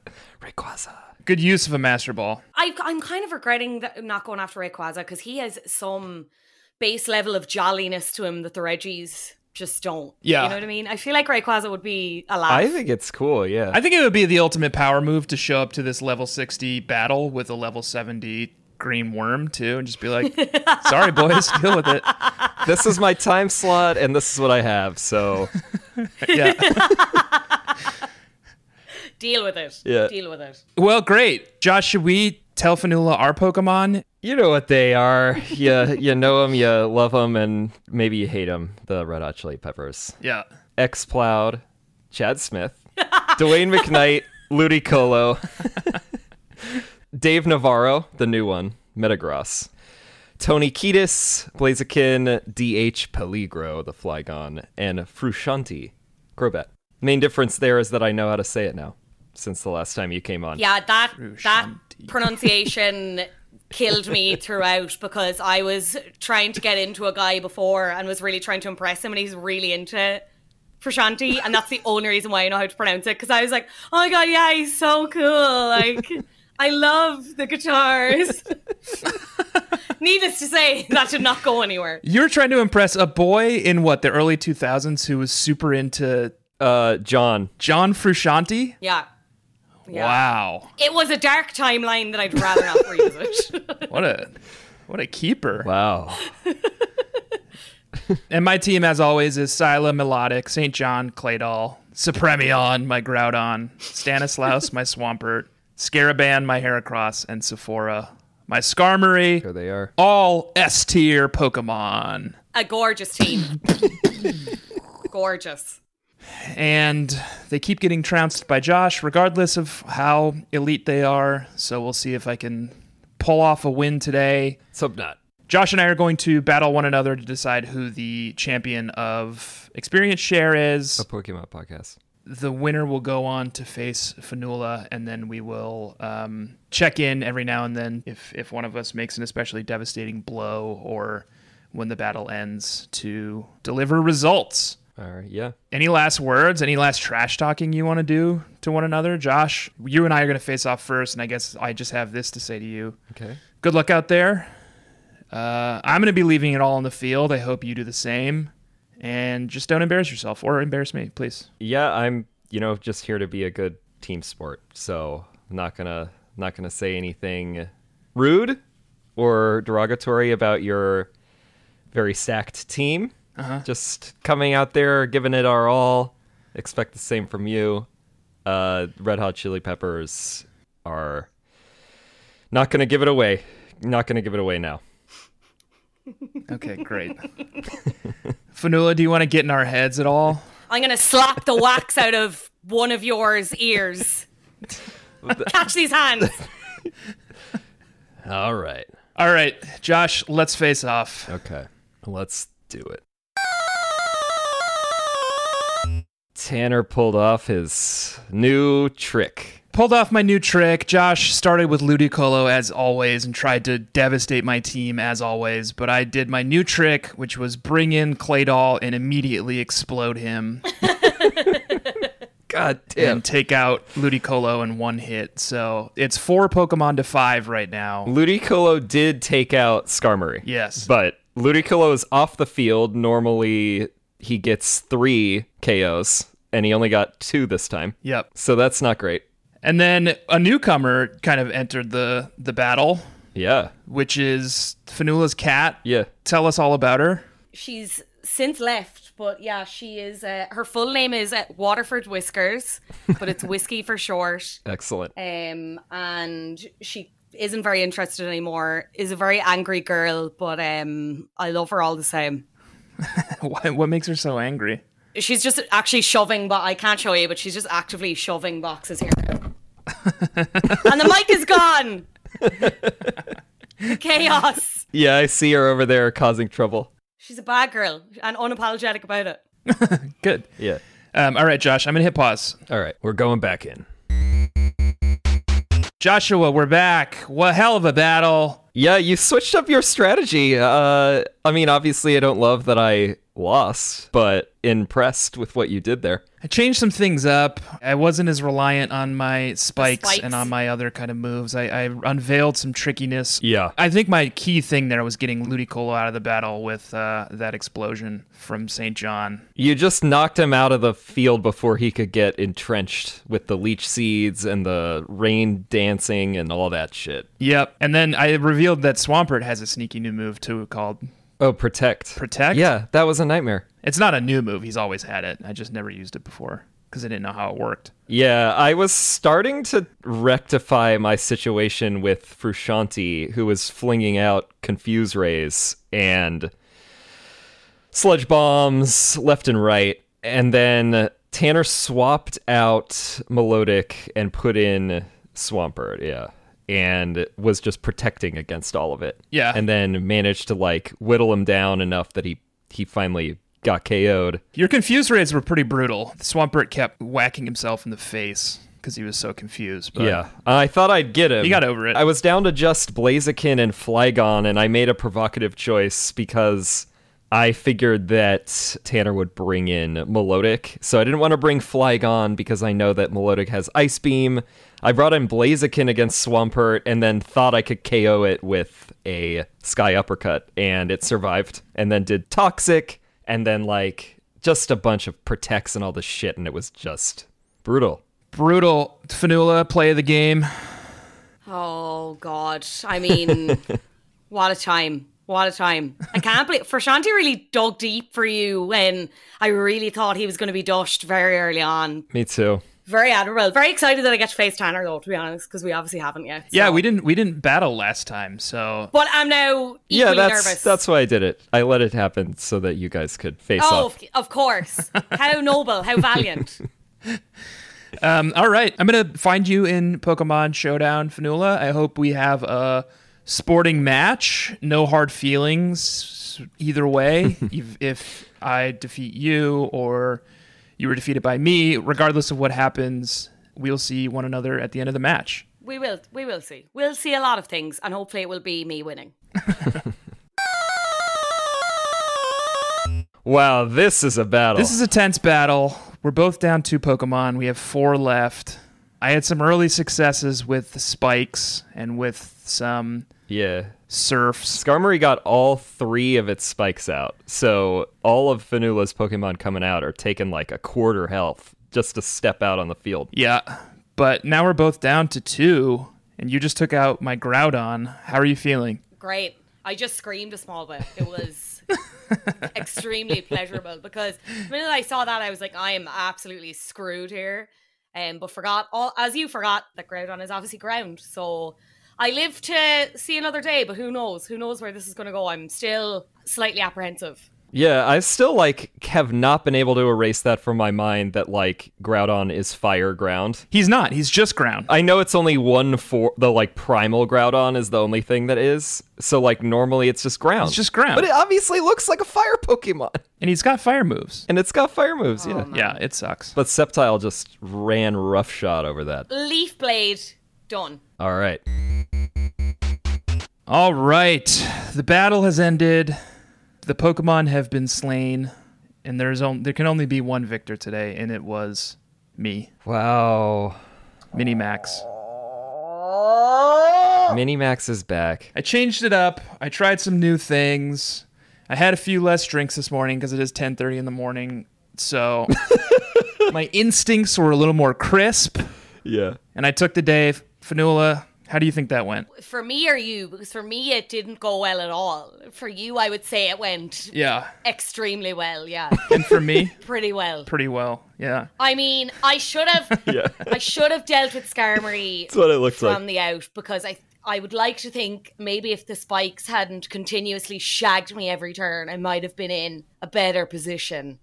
S2: Rayquaza.
S1: Good use of a Master Ball.
S5: I, I'm kind of regretting that not going after Rayquaza because he has some base level of jolliness to him that the Reggies just don't.
S1: Yeah.
S5: You know what I mean? I feel like Rayquaza would be a laugh.
S2: I think it's cool, yeah.
S1: I think it would be the ultimate power move to show up to this level 60 battle with a level 70 green worm too and just be like, sorry, boys, deal with it.
S2: this is my time slot and this is what I have. So,
S1: Yeah.
S5: Deal with it.
S2: Yeah.
S5: Deal with it.
S1: Well, great. Josh, should we tell Fanula our Pokemon?
S2: you know what they are. You, you know them, you love them, and maybe you hate them. The Red Hot Chili Peppers.
S1: Yeah.
S2: X Plowed, Chad Smith, Dwayne McKnight, Ludicolo, Dave Navarro, the new one, Metagross, Tony Kiedis, Blaziken, DH Peligro, the Flygon, and Frusciante, Crobat. Main difference there is that I know how to say it now since the last time you came on.
S5: Yeah, that that
S1: Shanti.
S5: pronunciation killed me throughout because I was trying to get into a guy before and was really trying to impress him, and he's really into Prashanti, and that's the only reason why I know how to pronounce it. Because I was like, oh my god, yeah, he's so cool. Like, I love the guitars. Needless to say, that did not go anywhere.
S1: You're trying to impress a boy in what the early 2000s who was super into
S2: Uh, John.
S1: John Frusciante.
S5: Yeah. Yeah.
S1: Wow,
S5: It was a dark timeline that I'd rather not revisit.
S1: what a what a keeper!
S2: Wow.
S1: And my team, as always, is Scylla, Melodic, St. John, Claydol, Supremion, my Groudon, Stanislaus, my Swampert, Scaraban, my Heracross, and Sephora, my
S2: There
S1: Skarmory.
S2: they are.
S1: All S tier Pokemon.
S5: a gorgeous team. gorgeous.
S1: And they keep getting trounced by Josh, regardless of how elite they are. So we'll see if I can pull off a win today.
S2: Let's hope not.
S1: Josh and I are going to battle one another to decide who the champion of experience share is.
S2: A Pokemon podcast.
S1: the winner will go on to face Fanula, and then we will um, check in every now and then if if one of us makes an especially devastating blow or when the battle ends to deliver results.
S2: All right. Uh, Yeah.
S1: Any last words? Any last trash talking you want to do to one another, Josh? You and I are going to face off first, and I guess I just have this to say to you:
S2: Okay.
S1: Good luck out there. Uh, I'm going to be leaving it all on the field. I hope you do the same, and just don't embarrass yourself or embarrass me, please.
S2: Yeah, I'm. You know, just here to be a good team sport. So I'm not gonna not gonna say anything rude or derogatory about your very sacked team. Just coming out there, giving it our all. Expect the same from you. Uh, Red Hot Chili Peppers are not gonna give it away. Not gonna give it away now.
S1: Okay, great. Fanula, do you want to get in our heads at all?
S5: I'm gonna slap the wax out of one of yours ears. Catch these hands.
S2: All right.
S1: All right, Josh, let's face off.
S2: Okay. Let's do it. Tanner pulled off his new trick.
S1: Pulled off my new trick. Josh started with Ludicolo as always and tried to devastate my team as always, but I did my new trick, which was bring in Claydol and immediately explode him
S2: God damn.
S1: and take out Ludicolo in one hit. So it's four Pokemon to five right now.
S2: Ludicolo did take out Skarmory.
S1: Yes.
S2: But Ludicolo is off the field. Normally he gets three KOs, and he only got two this time.
S1: Yep.
S2: So that's not great.
S1: And then a newcomer kind of entered the the battle,
S2: Yeah.
S1: which is Fanula's cat.
S2: Yeah.
S1: Tell us all about her.
S5: She's since left, but yeah, she is. Uh, her full name is uh, Waterford Whiskers, but it's whiskey for short.
S2: Excellent.
S5: Um, and she isn't very interested anymore. Is a very angry girl, but um, I love her all the same.
S1: Why, what makes her so angry?
S5: She's just actually shoving, but I can't show you. But she's just actively shoving boxes here, and the mic is gone. The chaos.
S2: Yeah, I see her over there causing trouble.
S5: She's a bad girl and unapologetic about it.
S1: Good.
S2: Yeah.
S1: Um, all right, Josh, I'm going to hit pause.
S2: All right. We're going back in.
S1: Joshua, we're back. What hell of a battle.
S2: Yeah, you switched up your strategy. Uh, I mean, obviously, I don't love that I lost, but impressed with what you did there.
S1: I changed some things up. I wasn't as reliant on my spikes,
S5: spikes.
S1: and on my other kind of moves. I, I unveiled some trickiness.
S2: Yeah.
S1: I think my key thing there was getting Ludicolo out of the battle with uh, that explosion from St. John.
S2: You just knocked him out of the field before he could get entrenched with the leech seeds and the rain dancing and all that shit.
S1: Yep. And then I revealed that Swampert has a sneaky new move, too, called.
S2: Oh, protect.
S1: Protect?
S2: Yeah, that was a nightmare.
S1: It's not a new move. He's always had it. I just never used it before because I didn't know how it worked.
S2: Yeah, I was starting to rectify my situation with Frusciante, who was flinging out confuse rays and sludge bombs left and right, and then Tanner swapped out Melodic and put in Swampert, yeah, and was just protecting against all of it.
S1: Yeah.
S2: and then managed to like whittle him down enough that he he finally got KO'd.
S1: Your confused raids were pretty brutal. Swampert kept whacking himself in the face because he was so confused. But
S2: Yeah, I thought I'd get him.
S1: You got over it.
S2: I was down to just Blaziken and Flygon, and I made a provocative choice because I figured that Tanner would bring in Melodic. So I didn't want to bring Flygon because I know that Melodic has Ice Beam. I brought in Blaziken against Swampert and then thought I could KO it with a Sky Uppercut, and it survived. And then did Toxic, and then like just a bunch of Protects and all this shit, and it was just brutal.
S1: Brutal. Fanula, play of the game.
S5: Oh God! I mean, what a time! What a time! I can't believe Frashanti really dug deep for you when I really thought he was going to be dushed very early on.
S2: Me too.
S5: Very admirable. Very excited that I get to face Tanner though, to be honest, because we obviously haven't yet. so-
S1: Yeah, we didn't we didn't battle last time, so
S5: But I'm now equally
S2: yeah, that's
S5: nervous.
S2: that's why I did it. I let it happen so that you guys could face
S5: oh,
S2: off.
S5: of, of course. How noble! How valiant!
S1: um, all right. I'm gonna find you in Pokemon Showdown, Fanula. I hope we have a sporting match. No hard feelings either way. if, if I defeat you or you were defeated by me, regardless of what happens, we'll see one another at the end of the match.
S5: We will. We will see. We'll see a lot of things, and hopefully, it will be me winning.
S2: Wow, this is a battle.
S1: This is a tense battle. We're both down two Pokemon. We have four left. I had some early successes with the spikes and with some
S2: yeah.
S1: surfs.
S2: Skarmory got all three of its spikes out, so all of Fanula's Pokemon coming out are taking like a quarter health just to step out on the field.
S1: Yeah. But now we're both down to two, and you just took out my Groudon. How are you feeling?
S5: Great. I just screamed a small bit. It was extremely pleasurable because the minute I saw that, I was like, I am absolutely screwed here. Um, but forgot all as you forgot that Groudon is obviously ground. So I live to see another day, but who knows? Who knows where this is going to go? I'm still slightly apprehensive.
S2: Yeah, I still like have not been able to erase that from my mind that like Groudon is fire ground.
S1: He's not. He's just ground.
S2: I know it's only one for the like primal Groudon is the only thing that is. So like normally it's just ground.
S1: It's just ground.
S2: But it obviously looks like a fire Pokemon.
S1: And he's got fire moves.
S2: And it's got fire moves, yeah.
S1: Yeah, it sucks.
S2: But Sceptile just ran roughshod over that.
S5: Leaf blade done.
S2: All right.
S1: All right. The battle has ended. The Pokemon have been slain, and there's on- there can only be one victor today, and it was me,
S2: Wow.
S1: Minimax.
S2: Minimax is back.
S1: I changed it up. I tried some new things. I had a few less drinks this morning because it is 10:30 in the morning, so my instincts were a little more crisp.
S2: Yeah.
S1: And I took the day. Fanula, how do you think that went?
S5: For me or you? Because for me, it didn't go well at all. For you, I would say it went
S1: Yeah,
S5: extremely well. Yeah,
S1: and for me,
S5: pretty well.
S1: pretty well. Yeah,
S5: I mean, I should have,
S2: Yeah.
S5: I should have dealt with Skarmory
S2: what it looked
S5: from the out because I, I would like to think maybe if the spikes hadn't continuously shagged me every turn, I might have been in a better position.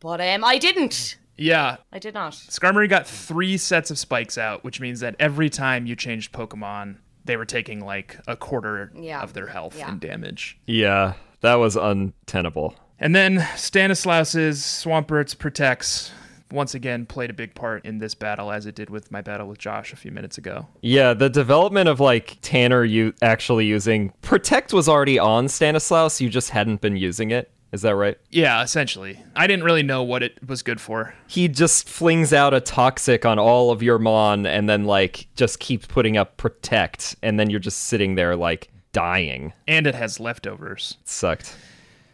S5: But um, I didn't.
S1: yeah.
S5: I did not.
S1: Skarmory got three sets of spikes out, which means that every time you changed Pokemon, they were taking like a quarter
S5: Yeah.
S1: of their health
S5: Yeah.
S1: and damage.
S2: Yeah. That was untenable.
S1: And then Stanislaus's Swampert's Protects once again played a big part in this battle as it did with my battle with Josh a few minutes ago.
S2: Yeah, the development of like Tanner you actually using Protect was already on Stanislaus, you just hadn't been using it. Is that right?
S1: Yeah, essentially. I didn't really know what it was good for.
S2: he just flings out a toxic on all of your mon and then like just keeps putting up protect and then you're just sitting there like dying
S1: And it has leftovers.
S2: it sucked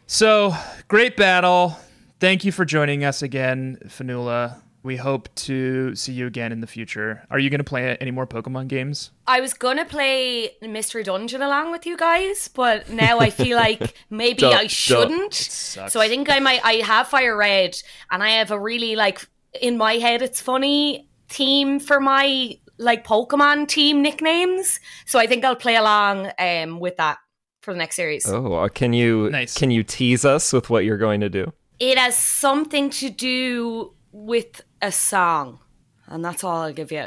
S1: So, great battle. Thank you for joining us again, Fanula. We hope to see you again in the future. Are you going to play any more Pokemon games?
S5: I was gonna play Mystery Dungeon along with you guys, but now I feel like maybe
S2: Don't-
S5: I
S2: don't.
S5: shouldn't. So I think I might. I have Fire Red, and I have a really like in my head. It's funny theme for my like Pokemon team nicknames. So I think I'll play along um, with that for the next series.
S2: oh uh, can you
S1: Nice.
S2: can you tease us with what you're going to do
S5: It has something to do with a song, and that's all I'll give you.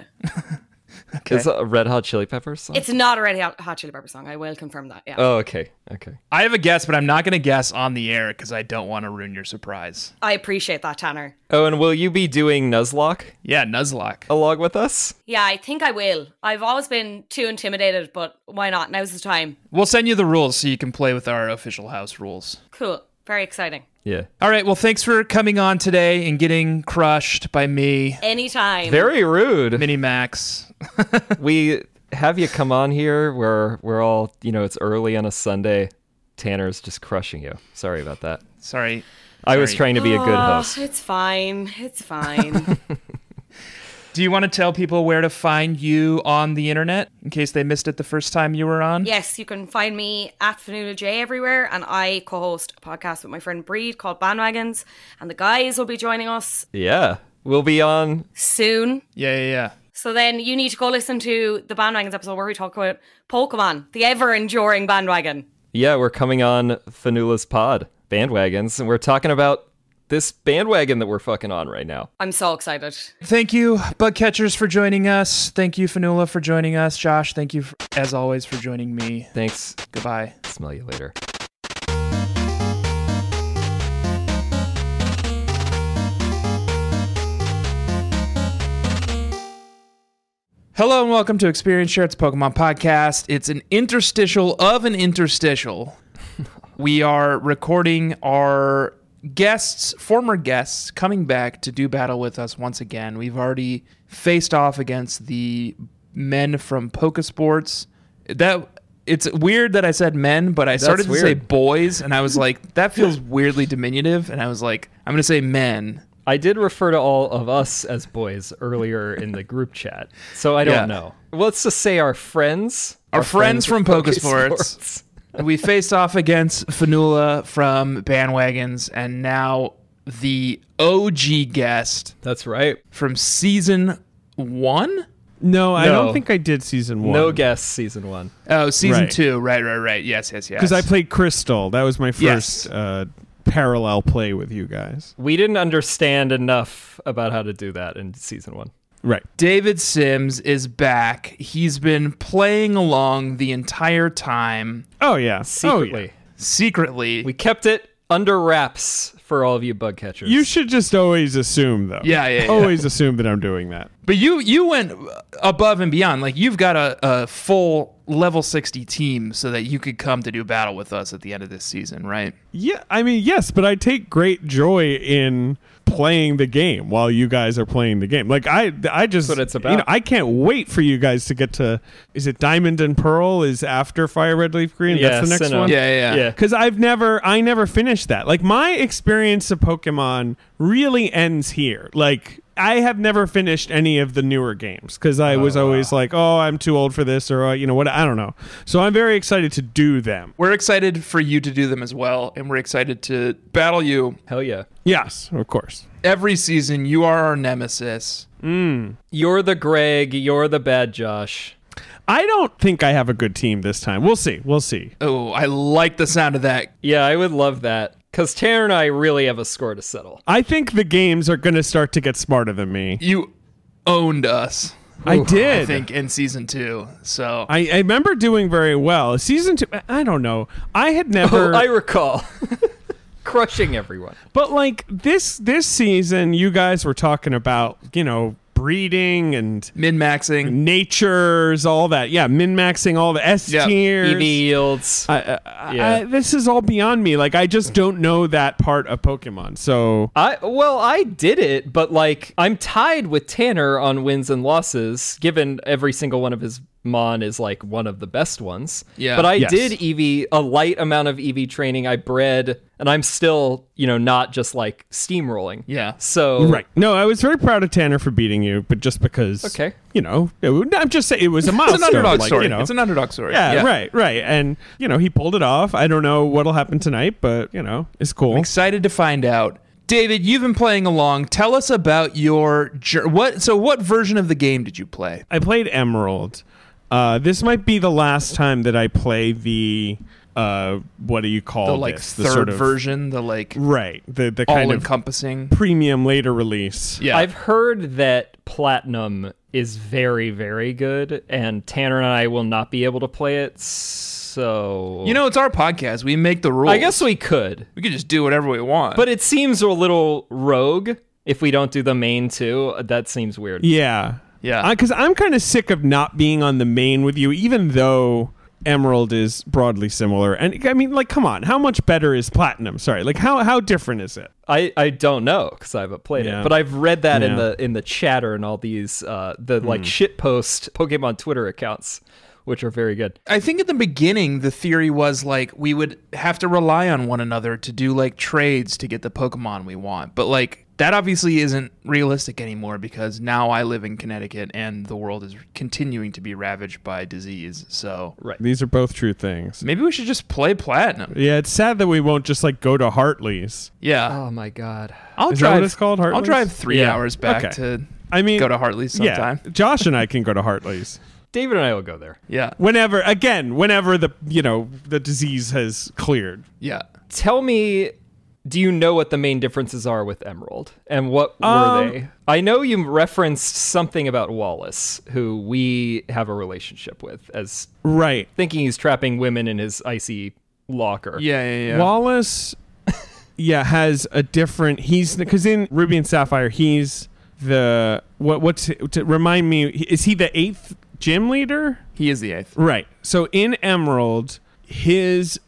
S2: is that a red hot chili peppers song?
S5: It's not a Red Hot Chili Pepper song. I will confirm that. Yeah.
S2: oh okay okay
S1: I have a guess, but I'm not going to guess on the air because I don't want to ruin your surprise.
S5: I appreciate that, Tanner.
S2: oh and will you be doing nuzlocke
S1: Yeah, Nuzlocke.
S2: along with us
S5: Yeah, I think I will. I've always been too intimidated, but why not? Now's the time.
S1: We'll send you the rules so you can play with our official house rules.
S5: Cool. Very exciting.
S2: Yeah.
S1: All right. Well, thanks for coming on today and getting crushed by me,
S5: Anytime.
S2: Very rude.
S1: Mini Max.
S2: we have you come on here where we're all you know it's early on a sunday tanner's just crushing you sorry about that
S1: Sorry.
S2: i was
S1: Sorry.
S2: trying to be a good
S5: Oh,
S2: host
S5: It's fine. It's fine.
S1: Do you want to tell people where to find you on the internet in case they missed it the first time you were on?
S5: yes, you can find me at Fanula J everywhere, and I co-host a podcast with my friend Breed called Bandwagons, and the guys will be joining us
S2: yeah we'll be on
S5: soon.
S1: Yeah, yeah, yeah.
S5: So then you need to go listen to the Bandwagons episode where we talk about Pokemon, the ever enduring bandwagon.
S2: yeah we're coming on fanula's pod bandwagons and we're talking about this bandwagon that we're fucking on right now
S5: I'm so excited.
S1: Thank you, bug catchers, for joining us. Thank you, Fanula, for joining us. Josh, thank you, f as always, for joining me.
S2: thanks
S1: Goodbye.
S2: smell you later
S1: Hello and welcome to Experience Share. It's a Pokemon podcast. It's an interstitial of an interstitial. we are recording our guests, former guests, coming back to do battle with us once again. We've already faced off against the men from Pokesports. That it's weird that I said men, but I started to say
S2: weird.
S1: boys, and I was like, that feels weirdly diminutive, and I was like, I'm gonna say men.
S2: i did refer to all of us as boys earlier in the group chat so i don't
S1: Yeah.
S2: know well, let's just say our friends
S1: Our friends from
S2: with
S1: Pokesports. we faced off against Fanula from Bandwagons, and now the OG guest
S2: that's right
S1: from season one.
S6: No, I
S2: No.
S6: don't think I did season one.
S2: No guess season one.
S1: Oh, season
S6: Right.
S1: two. Right, right, right. Yes, yes, yes.
S6: Because I played Crystal. That was my
S1: Yes.
S6: first uh, parallel play with you guys.
S2: We didn't understand enough about how to do that in season one.
S6: Right.
S1: David Sims is back. He's been playing along the entire time
S6: Oh, yeah.
S2: Secretly.
S6: Oh, yeah.
S1: secretly.
S2: We kept it under wraps for all of you bug catchers.
S6: You should just always assume, though.
S1: Yeah, yeah, yeah.
S6: Always assume that I'm doing that.
S1: but you you went above and beyond. Like you've got a, a full level sixty team so that you could come to do battle with us at the end of this season, right?
S6: Yeah, I mean, yes, but I take great joy in playing the game while you guys are playing the game. Like I, I just
S2: what it's
S6: You
S2: about.
S6: know, I can't wait for you guys to get to. Is it Diamond and Pearl? Is after Fire Red Leaf Green? That's the
S2: Yes,
S6: next
S2: and, uh,
S6: one.
S1: Yeah, yeah, yeah.
S2: Yeah.
S6: Because I've never, I never finished that. Like my experience of Pokemon really ends here. Like I have never finished any of the newer games because I was always like, oh, I'm too old for this, or uh, you know what, I don't know. So I'm very excited to do them.
S1: We're excited for you to do them as well, and we're excited to battle you.
S2: Hell yeah.
S6: Yes, of course.
S1: Every season, you are our nemesis.
S2: You're the Greg. You're the bad Josh.
S6: I don't think I have a good team this time. We'll see. We'll see.
S1: Oh, I like the sound of that.
S2: Yeah, I would love that. Because Tanner and I really have a score to settle.
S6: I think the games are going to start to get smarter than me.
S1: You owned us,
S6: I did.
S1: I think, in season two. So
S6: I, I remember doing very well. Season two, I don't know. I had never.
S2: Oh, I recall. Crushing everyone.
S6: But like this this season, you guys were talking about you know breeding and
S1: min maxing.
S6: natures, all that. Yeah, min maxing all the S
S1: Yeah, E
S2: EV
S6: tiers.
S2: yields.
S6: I, I,
S2: Yeah.
S6: I, this is all beyond me. Like I just don't know that part of Pokemon. So
S2: I well, I did it, but like I'm tied with Tanner on wins and losses, given every single one of his mon is like one of the best ones.
S1: Yeah.
S2: But I
S6: Yes.
S2: did EV a light amount of EV training. I bred, and I'm still, you know, not just like steamrolling.
S1: Yeah.
S2: So
S6: right, no, I was very proud of Tanner for beating you, but just because
S2: Okay.
S6: you know, it, would- I'm just saying it was a
S1: It's
S6: milestone.
S1: an underdog
S6: like,
S1: story.
S6: You know,
S1: It's an underdog story.
S6: yeah, right, right, and you know he pulled it off. I don't know what'll happen tonight, but you know it's cool.
S1: Excited to find out. David, you've been playing along. Tell us about your jour- what. So, what version of the game did you play?
S6: I played Emerald. Uh, this might be the last time that I play the uh, what do you call
S1: The like
S6: this?
S1: third
S6: the sort of,
S1: version, the like
S6: right? The the kind of
S1: all-encompassing.
S6: premium later release.
S1: Yeah,
S2: I've heard that platinum is very, very good, and Tanner and I will not be able to play it. So
S1: you know it's our podcast. We make the rules.
S2: I guess we could.
S1: we could just do whatever we want.
S2: But it seems a little rogue if we don't do the main two. That seems weird.
S6: Yeah, Uh,
S1: Yeah.
S6: Because I'm kind of sick of not being on the main with you, even though Emerald is broadly similar. And I mean, like, come on, how much better is Platinum? Sorry, like, how how different is it?
S2: I, I don't know because I haven't played
S6: Yeah.
S2: it, but I've read that in
S6: Yeah. Hmm.
S2: the in the chatter and all these uh, the like shitpost Pokemon Twitter accounts, which are very good.
S1: I think at the beginning the theory was like we would have to rely on one another to do like trades to get the Pokemon we want. But like that obviously isn't realistic anymore because now I live in Connecticut and the world is continuing to be ravaged by disease. So
S6: These are both true things.
S1: maybe we should just play platinum.
S6: Yeah, it's sad that we won't just like go to Hartley's.
S1: Yeah.
S2: Oh my god!
S1: I'll
S6: Is that
S1: drive
S6: what it's called,
S1: I'll
S6: Heartless?
S1: drive 3
S2: Yeah.
S1: hours back
S6: Okay.
S1: to
S6: I mean,
S1: go to Hartley's sometime.
S6: Yeah, Josh and I can go to Hartley's
S2: David and I will go there.
S1: Yeah.
S6: whenever. Again, whenever the you know the disease has cleared.
S1: Yeah.
S2: Tell me, do you know what the main differences are with Emerald and what
S6: Um,
S2: were they? I know you referenced something about Wallace, who we have a relationship with, as
S6: Right.
S2: thinking he's trapping women in his icy locker.
S1: Yeah, yeah, yeah.
S6: Wallace, yeah, has a different. He's because in Ruby and Sapphire, he's the what? What's to remind me? Is he the eighth gym leader?
S1: he is the 8th.
S6: Right. So in Emerald, his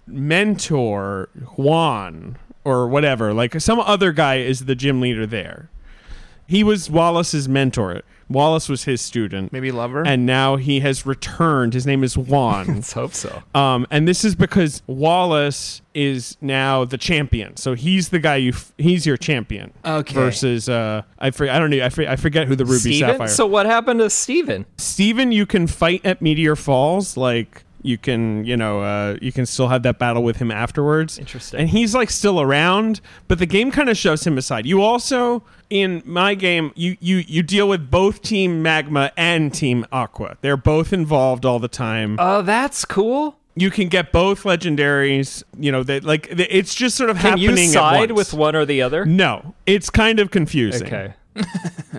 S6: mentor Juan or whatever, like some other guy, is the gym leader there. He was Wallace's mentor. Wallace was his student.
S1: Maybe lover.
S6: And now he has returned. His name is Juan.
S2: Let's hope so.
S6: Um, and this is because Wallace is now the champion, so he's the guy you f- he's your champion.
S1: Okay.
S6: Versus uh, I forget I don't know I, for- I forget who the Ruby
S2: Steven?
S6: Sapphire.
S2: So what happened to Steven?
S6: Steven, you can fight at Meteor Falls, like you can you know uh, you can still have that battle with him afterwards.
S2: Interesting.
S6: And he's like still around, but the game kind of shoves him aside. You also in my game you you you deal with both Team Magma and Team Aqua. They're both involved all the time
S2: Oh, that's cool.
S6: you can get both legendaries. You know, they like they, it's just sort of
S2: Can
S6: happening.
S2: you side
S6: at
S2: with
S6: once.
S2: one or the other?
S6: No, it's kind of confusing.
S2: Okay.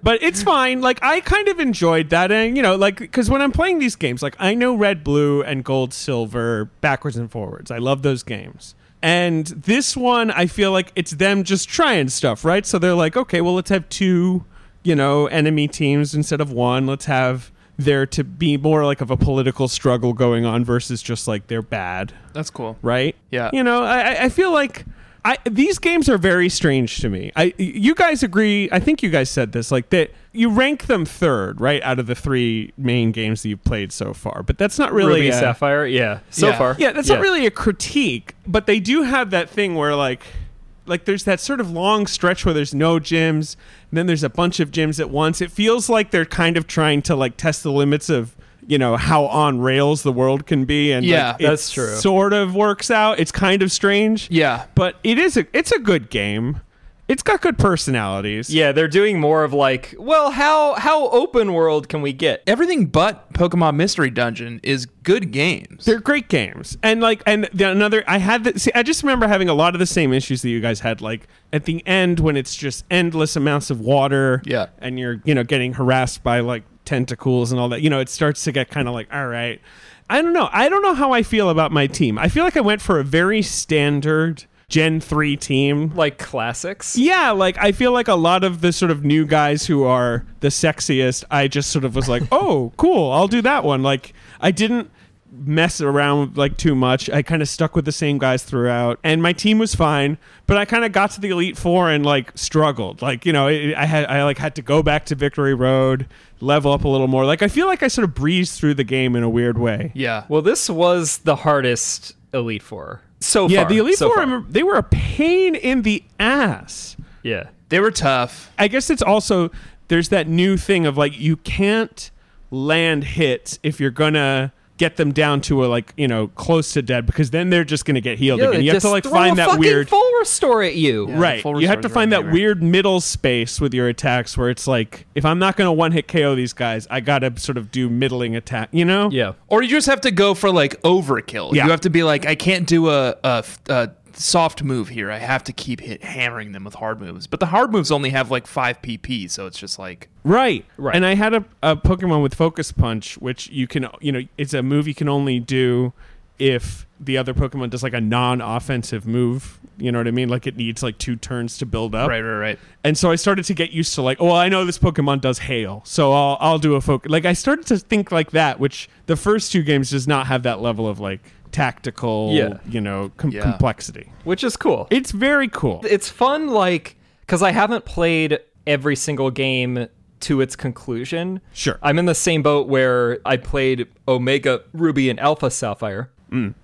S6: but it's fine. Like I kind of enjoyed that, and you know, like because when I'm playing these games, like I know red, blue, and gold, silver backwards and forwards. I love those games. And this one, I feel like it's them just trying stuff, right? So they're like, okay, well, let's have two, you know, enemy teams instead of one. Let's have there to be more like of a political struggle going on versus just like they're bad
S1: That's cool.
S6: right?
S1: Yeah.
S6: You know, I, I- I feel like I these games are very strange to me. I you guys agree? I think you guys said this like that. You rank them third, right, out of the three main games that you've played so far. But that's not really
S2: Ruby
S6: a-
S2: Sapphire. Yeah. So
S1: Yeah.
S2: far.
S6: yeah, that's not really a critique, but they do have that thing where like like there's that sort of long stretch where there's no gyms, and then there's a bunch of gyms at once. It feels like they're kind of trying to like test the limits of you know how on rails the world can be, and like,
S1: Yeah,
S6: it
S2: that's true.
S6: Sort of works out. It's kind of strange.
S1: Yeah.
S6: but it is a it's a good game. It's got good personalities.
S2: Yeah, they're doing more of like, well, how how open world can we get?
S1: Everything but Pokemon Mystery Dungeon is good games.
S6: They're great games, and like, and the, another. I had the, see. I just remember having a lot of the same issues that you guys had. Like at the end, when it's just endless amounts of water,
S1: Yeah.
S6: and you're you know getting harassed by like tentacles and all that. You know, it starts to get kind of like, all right, I don't know. I don't know how I feel about my team. I feel like I went for a very standard Gen three team.
S2: Like classics?
S6: Yeah, like I feel like a lot of the sort of new guys who are the sexiest, I just sort of was like, "Oh, cool, I'll do that one." Like I didn't mess around like too much. I kind of stuck with the same guys throughout, and my team was fine. But I kind of got to the elite four and like struggled. Like you know, it, I had I like had to go back to Victory Road, level up a little more. Like I feel like I sort of breezed through the game in a weird way.
S1: yeah.
S2: Well, this was the hardest Elite Four. So
S6: Yeah,
S2: far.
S6: the elite
S2: so
S6: four, I
S2: far.
S6: remember, they were a pain in the ass.
S2: Yeah.
S1: They were tough.
S6: I guess it's also there's that new thing of like you can't land hits if you're gonna get them down to a like you know close to dead because then they're just gonna get healed again.
S2: they
S6: You have to
S2: just
S6: like
S2: throw
S6: find
S2: a
S6: that
S2: fucking
S6: weird
S2: full restore at you.
S1: Yeah.
S6: right.
S1: full
S6: You have to
S1: restores
S6: find
S1: right,
S6: that
S1: right.
S6: weird middle space with your attacks where it's like if I'm not gonna one hit KO these guys, I gotta sort of do middling attack. You know?
S2: Yeah.
S1: Or you just have to go for like overkill.
S6: Yeah.
S1: You have to be like, I can't do a, a, a soft move here. I have to keep hit hammering them with hard moves. But the hard moves only have like five PP, so it's just like
S6: Right.
S2: Right.
S6: And I had a, a Pokemon with Focus Punch, which you can, you know, it's a move you can only do if the other Pokemon does like a non-offensive move. You know what I mean? Like it needs like two turns to build up.
S1: Right, right, right.
S6: And so I started to get used to like, oh, well, I know this Pokemon does hail, so I'll I'll do a focus. Like I started to think like that, which the first two games does not have that level of like tactical,
S2: Yeah.
S6: you know, com-
S1: Yeah.
S6: complexity.
S2: which is cool.
S6: It's very cool.
S2: it's fun like because i haven't played every single game to its conclusion
S6: Sure.
S2: i'm in the same boat where i played omega ruby and alpha sapphire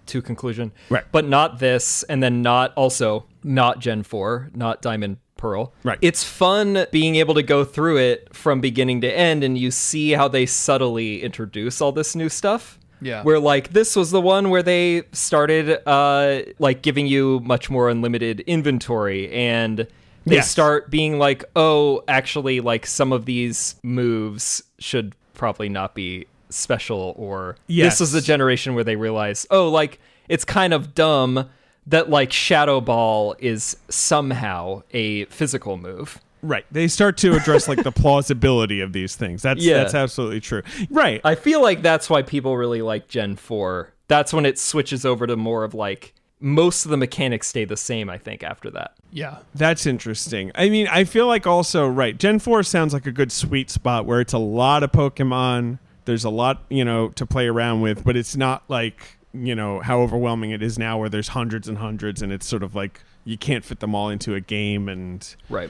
S2: to conclusion
S6: Mm. Right.
S2: but not this and then not also not gen 4 not diamond pearl
S6: Right.
S2: it's fun being able to go through it from beginning to end and you see how they subtly introduce all this new stuff
S1: Yeah.
S2: where like this was the one where they started uh like giving you much more unlimited inventory and they
S6: Yes.
S2: start being like oh actually like some of these moves should probably not be special or
S6: Yes.
S2: this is the generation where they realize oh like it's kind of dumb that like shadow ball is somehow a physical move
S6: Right. They start to address like the plausibility of these things. That's
S2: Yeah.
S6: that's absolutely true. Right.
S2: I feel like that's why people really like Gen 4. That's when it switches over to more of like most of the mechanics stay the same, I think, after that.
S1: Yeah.
S6: That's interesting. I mean, I feel like also right. Gen four sounds like a good sweet spot where it's a lot of Pokemon. There's a lot you know to play around with, but it's not like you know how overwhelming it is now, where there's hundreds and hundreds, and it's sort of like you can't fit them all into a game, and
S2: Right.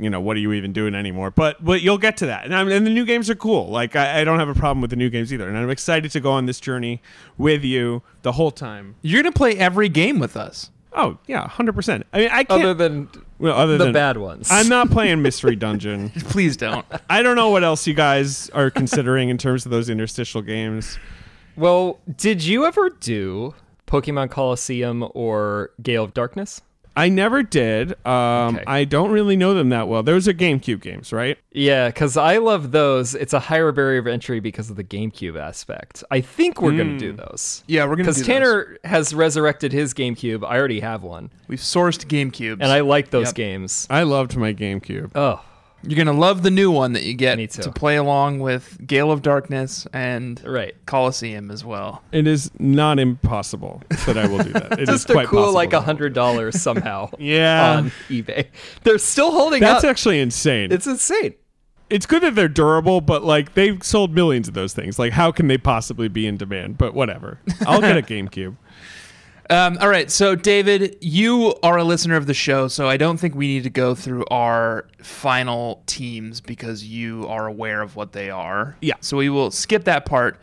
S6: you know what are you even doing anymore? But but you'll get to that, and, I mean, and the new games are cool. Like I, I don't have a problem with the new games either, and I'm excited to go on this journey with you the whole time.
S1: You're gonna play every game with us.
S6: Oh yeah, hundred percent. I mean, I can't.
S2: Other than
S6: well, other
S2: the
S6: than
S2: bad ones.
S6: I'm not playing Mystery Dungeon.
S1: Please don't.
S6: I don't know what else you guys are considering in terms of those interstitial games.
S2: well, did you ever do Pokemon Coliseum or Gale of Darkness?
S6: I never did. Um,
S2: Okay.
S6: I don't really know them that well. Those are GameCube games, right?
S2: Yeah, because I love those. It's a higher barrier of entry because of the GameCube aspect. I think we're going to do those.
S1: Yeah, we're gonna do
S2: Because
S1: those.
S2: Tanner has resurrected his GameCube. I already have one,
S1: We've sourced GameCubes.
S2: and I like those
S1: Yep.
S2: games.
S6: I loved my GameCube.
S2: Oh,
S1: You're gonna love the new one that you get
S2: Me too.
S1: to play along with Gale of Darkness and
S2: right.
S1: Coliseum as well.
S6: It is not impossible that I will do that. It is
S2: just a
S6: quite
S2: cool
S6: possible
S2: like a
S6: that I will.
S2: hundred dollars somehow
S6: Yeah,
S2: on eBay. They're still holding
S6: that's
S2: up.
S6: actually insane. It's
S2: it's insane.
S6: it's good that they're durable, but like they've sold millions of those things. Like, how can they possibly be in demand? But whatever. I'll get a GameCube.
S1: Um, all right, so David, you are a listener of the show, so I don't think we need to go through our final teams because you are aware of what they are.
S6: Yeah.
S1: So we will skip that part.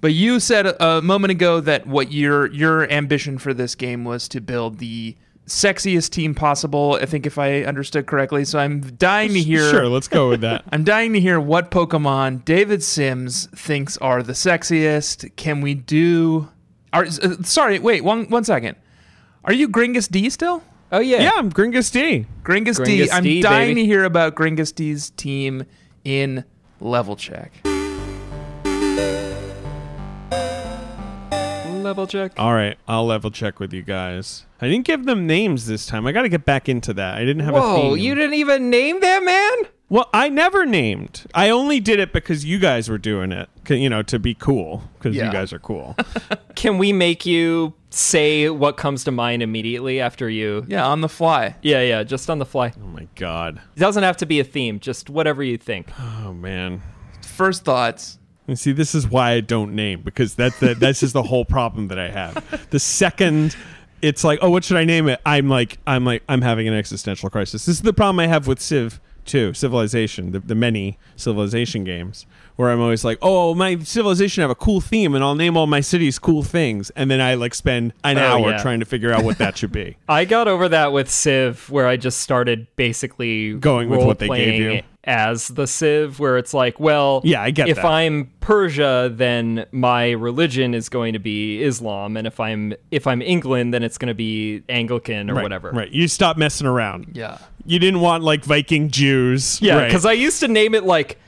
S1: But you said a, a moment ago that what your your ambition for this game was to build the sexiest team possible. I think if I understood correctly. So I'm dying to hear.
S6: Sure, let's go with that.
S1: I'm dying to hear what Pokemon David Sims thinks are the sexiest. Can we do? Are, uh, sorry, wait one one second. Are you Gringus D still?
S2: Oh yeah.
S6: yeah, I'm Gringus D.
S1: Gringus, D.
S2: Gringus
S1: I'm
S2: D,
S1: dying
S2: baby.
S1: to hear about Gringus D's team in level check.
S2: Level check.
S6: All right, I'll level check with you guys. I didn't give them names this time. I got to get back into that. I didn't have a
S2: Whoa,
S6: theme.
S2: you didn't even name that man?
S6: well, I never named. I only did it because you guys were doing it. 'cause, You know, to be cool, because
S1: Yeah.
S6: you guys are cool.
S2: Can we make you say what comes to mind immediately after you?
S1: Yeah, on the fly.
S2: Yeah, yeah, just on the fly.
S6: oh my god.
S2: It doesn't have to be a theme, just whatever you think.
S6: Oh man.
S1: First thoughts.
S6: And see, this is why I don't name because that, that this is the whole problem that I have. The second it's like, oh, what should I name it? I'm like, I'm like, I'm having an existential crisis. This is the problem I have with Civ too, Civilization, the, the many Civilization games, where I'm always like, oh, my Civilization have a cool theme, and I'll name all my cities cool things, and then I like spend an
S2: Oh,
S6: hour
S2: yeah.
S6: trying to figure out what that should be.
S2: I got over that with Civ, where I just started basically
S6: Going with what they gave
S2: role-playing
S6: you.
S2: as the Civ, where it's like, well,
S6: Yeah, I get
S2: If
S6: that.
S2: I'm Persia, then my religion is going to be Islam, and if I'm if I'm England, then it's going to be Anglican or
S6: Right,
S2: whatever.
S6: Right. You stop messing around.
S1: Yeah.
S6: You didn't want like Viking Jews.
S2: Yeah,
S6: Right.
S2: because I used to name it like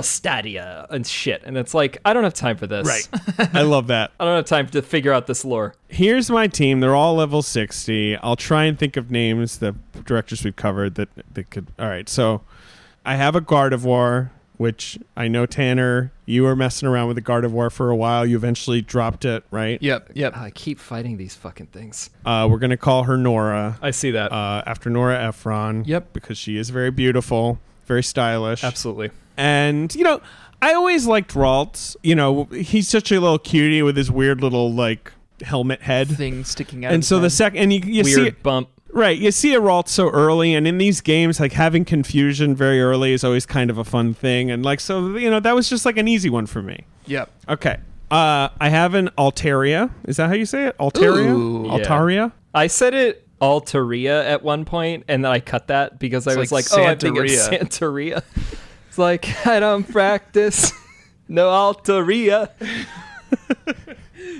S2: Fielstadia and shit, and it's like I don't have time for this.
S6: right. I love that.
S2: I don't have time to figure out this lore.
S6: here's my team. They're all level 60. I'll try and think of names, the directors we've covered that, that could. All right. So I have a Gardevoir which I know Tanner, you were messing around with the Gardevoir for a while. You eventually dropped it, right?
S1: Yep, yep.
S2: I keep fighting these fucking things.
S6: Uh, we're gonna call her Nora
S2: I see that.
S6: uh, after Nora Ephron.
S1: Yep.
S6: because she is very beautiful, very stylish.
S2: Absolutely.
S6: And you know, I always liked Ralt. You know, he's such a little cutie with his weird little like helmet head.
S1: Thing sticking out.
S6: And
S1: of
S6: so the
S1: his head.
S6: second, and you, you see,
S2: Weird bump.
S6: Right. You see a Ralt so early, and in these games, like having confusion very early is always kind of a fun thing. And like, so, you know, that was just like an easy one for me.
S1: Yep.
S6: Okay. Uh, I have an Altaria. Is that how you say it? Altaria?
S1: Ooh.
S2: Yeah.
S6: Altaria?
S2: I said it Altaria at one point, and then I cut that because I
S1: It's
S2: was
S1: like
S2: like, oh, I think it's Santeria. it's like, I don't practice. no Altaria.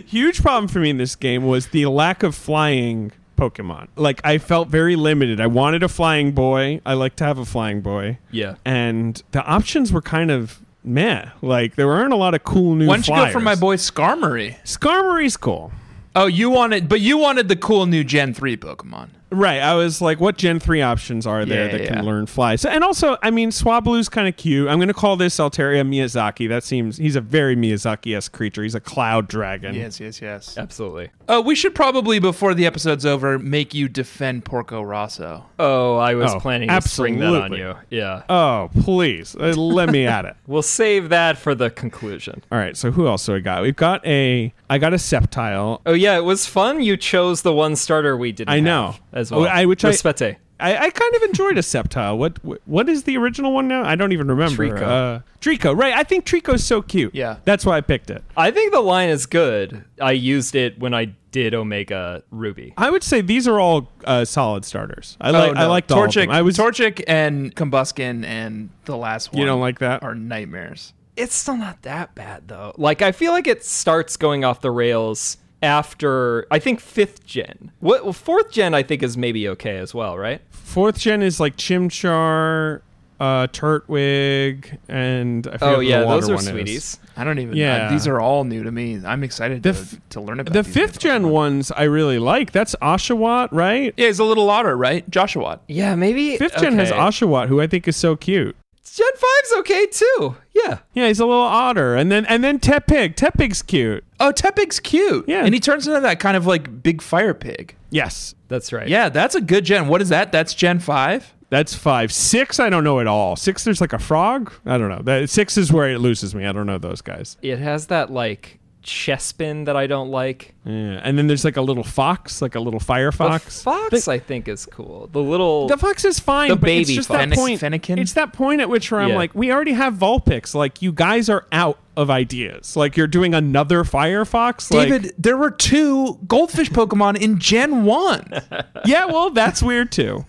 S6: Huge problem for me in this game was the lack of flying Pokemon. Like, I felt very limited. I wanted a flying boy. I like to have a flying boy.
S2: Yeah.
S6: And the options were kind of meh. Like, there weren't a lot of cool new
S1: Why don't you go for my
S6: flyers.
S1: boy Skarmory?
S6: Skarmory's cool.
S1: Oh, you wanted, but you wanted the cool new Gen three Pokemon.
S6: Right. I was like, what Gen 3 options are there
S1: Yeah,
S6: that
S1: yeah.
S6: can learn fly? So, and also, I mean, Swablu's kind of cute. I'm going to call this Altaria Miyazaki. That seems, he's a very Miyazaki esque creature. He's a cloud dragon.
S1: yes, yes.
S2: Absolutely.
S1: Uh, we should probably, before the episode's over, make you defend Porco Rosso.
S2: Oh, I was
S6: Oh,
S2: planning to spring that on
S6: absolutely.
S2: you. Yeah.
S6: Oh, please. Uh, let me at it.
S2: We'll save that for the conclusion.
S6: All right. So, who else do I got? We've got a, I got a Sceptile.
S2: Oh yeah, it was fun. You chose the one starter we didn't.
S6: I know.
S2: have as
S6: Oh,
S2: well.
S6: I- which I-
S2: Respete.
S6: I, I kind of enjoyed a Sceptile. What, what what is the original one now? I don't even remember.
S2: Trico.
S6: Uh, Trico, right. I think Trico's so cute.
S1: Yeah.
S6: That's why I picked it.
S2: I think the line is good. I used it when I did Omega Ruby.
S6: I would say these are all uh, solid starters. I like I liked all of
S1: Oh, Torchic.
S6: them. I was
S1: Torchic and Combuskin and the last one.
S6: You don't like that?
S1: Are nightmares.
S2: It's still not that bad though. Like I feel like it starts going off the rails after I think fifth gen. What well, fourth gen I think is maybe okay as well, right?
S6: Fourth gen is like Chimchar, uh, Turtwig, and I forget
S2: Oh
S6: what
S2: yeah,
S6: the water
S2: those are
S6: one
S2: sweeties.
S6: Is.
S1: I don't even.
S6: Yeah.
S1: uh, these are all new to me. I'm excited
S6: The
S1: to,
S6: f-
S1: to learn about
S6: The
S1: these new
S6: fifth gen
S1: Pokemon.
S6: ones I really like. That's Oshawott, right?
S1: Yeah, he's a little otter, right? Joshua.
S2: Yeah, maybe
S6: Fifth gen has
S2: okay.
S6: Oshawott, who I think is so cute.
S2: Gen five's okay too. Yeah.
S6: Yeah, he's a little otter, and then and then Tepig. Tepig's cute.
S1: Oh, Tepig's cute.
S6: Yeah.
S1: and he turns into that kind of like big fire pig.
S6: Yes,
S2: That's right.
S1: Yeah, that's a good gen. What is that? That's Gen five.
S6: that's five. Six, I don't know at all. Six, there's like a frog. I don't know. That six is where it loses me. I don't know those guys.
S2: It has that like chespin that I don't like.
S6: Yeah. And then there's like a little fox, like a little fire fox.
S2: The fox, I think, is cool. The little.
S6: The fox is fine,
S2: The
S6: but it's
S2: baby
S6: just
S2: fox.
S6: that point.
S1: Fennekin?
S6: It's that point at which where I'm
S2: Yeah.
S6: like, we already have Vulpix. Like, you guys are out of ideas. Like, you're doing another Firefox. Like,
S1: David, there were two goldfish Pokemon in Gen one.
S6: yeah, well, that's weird too.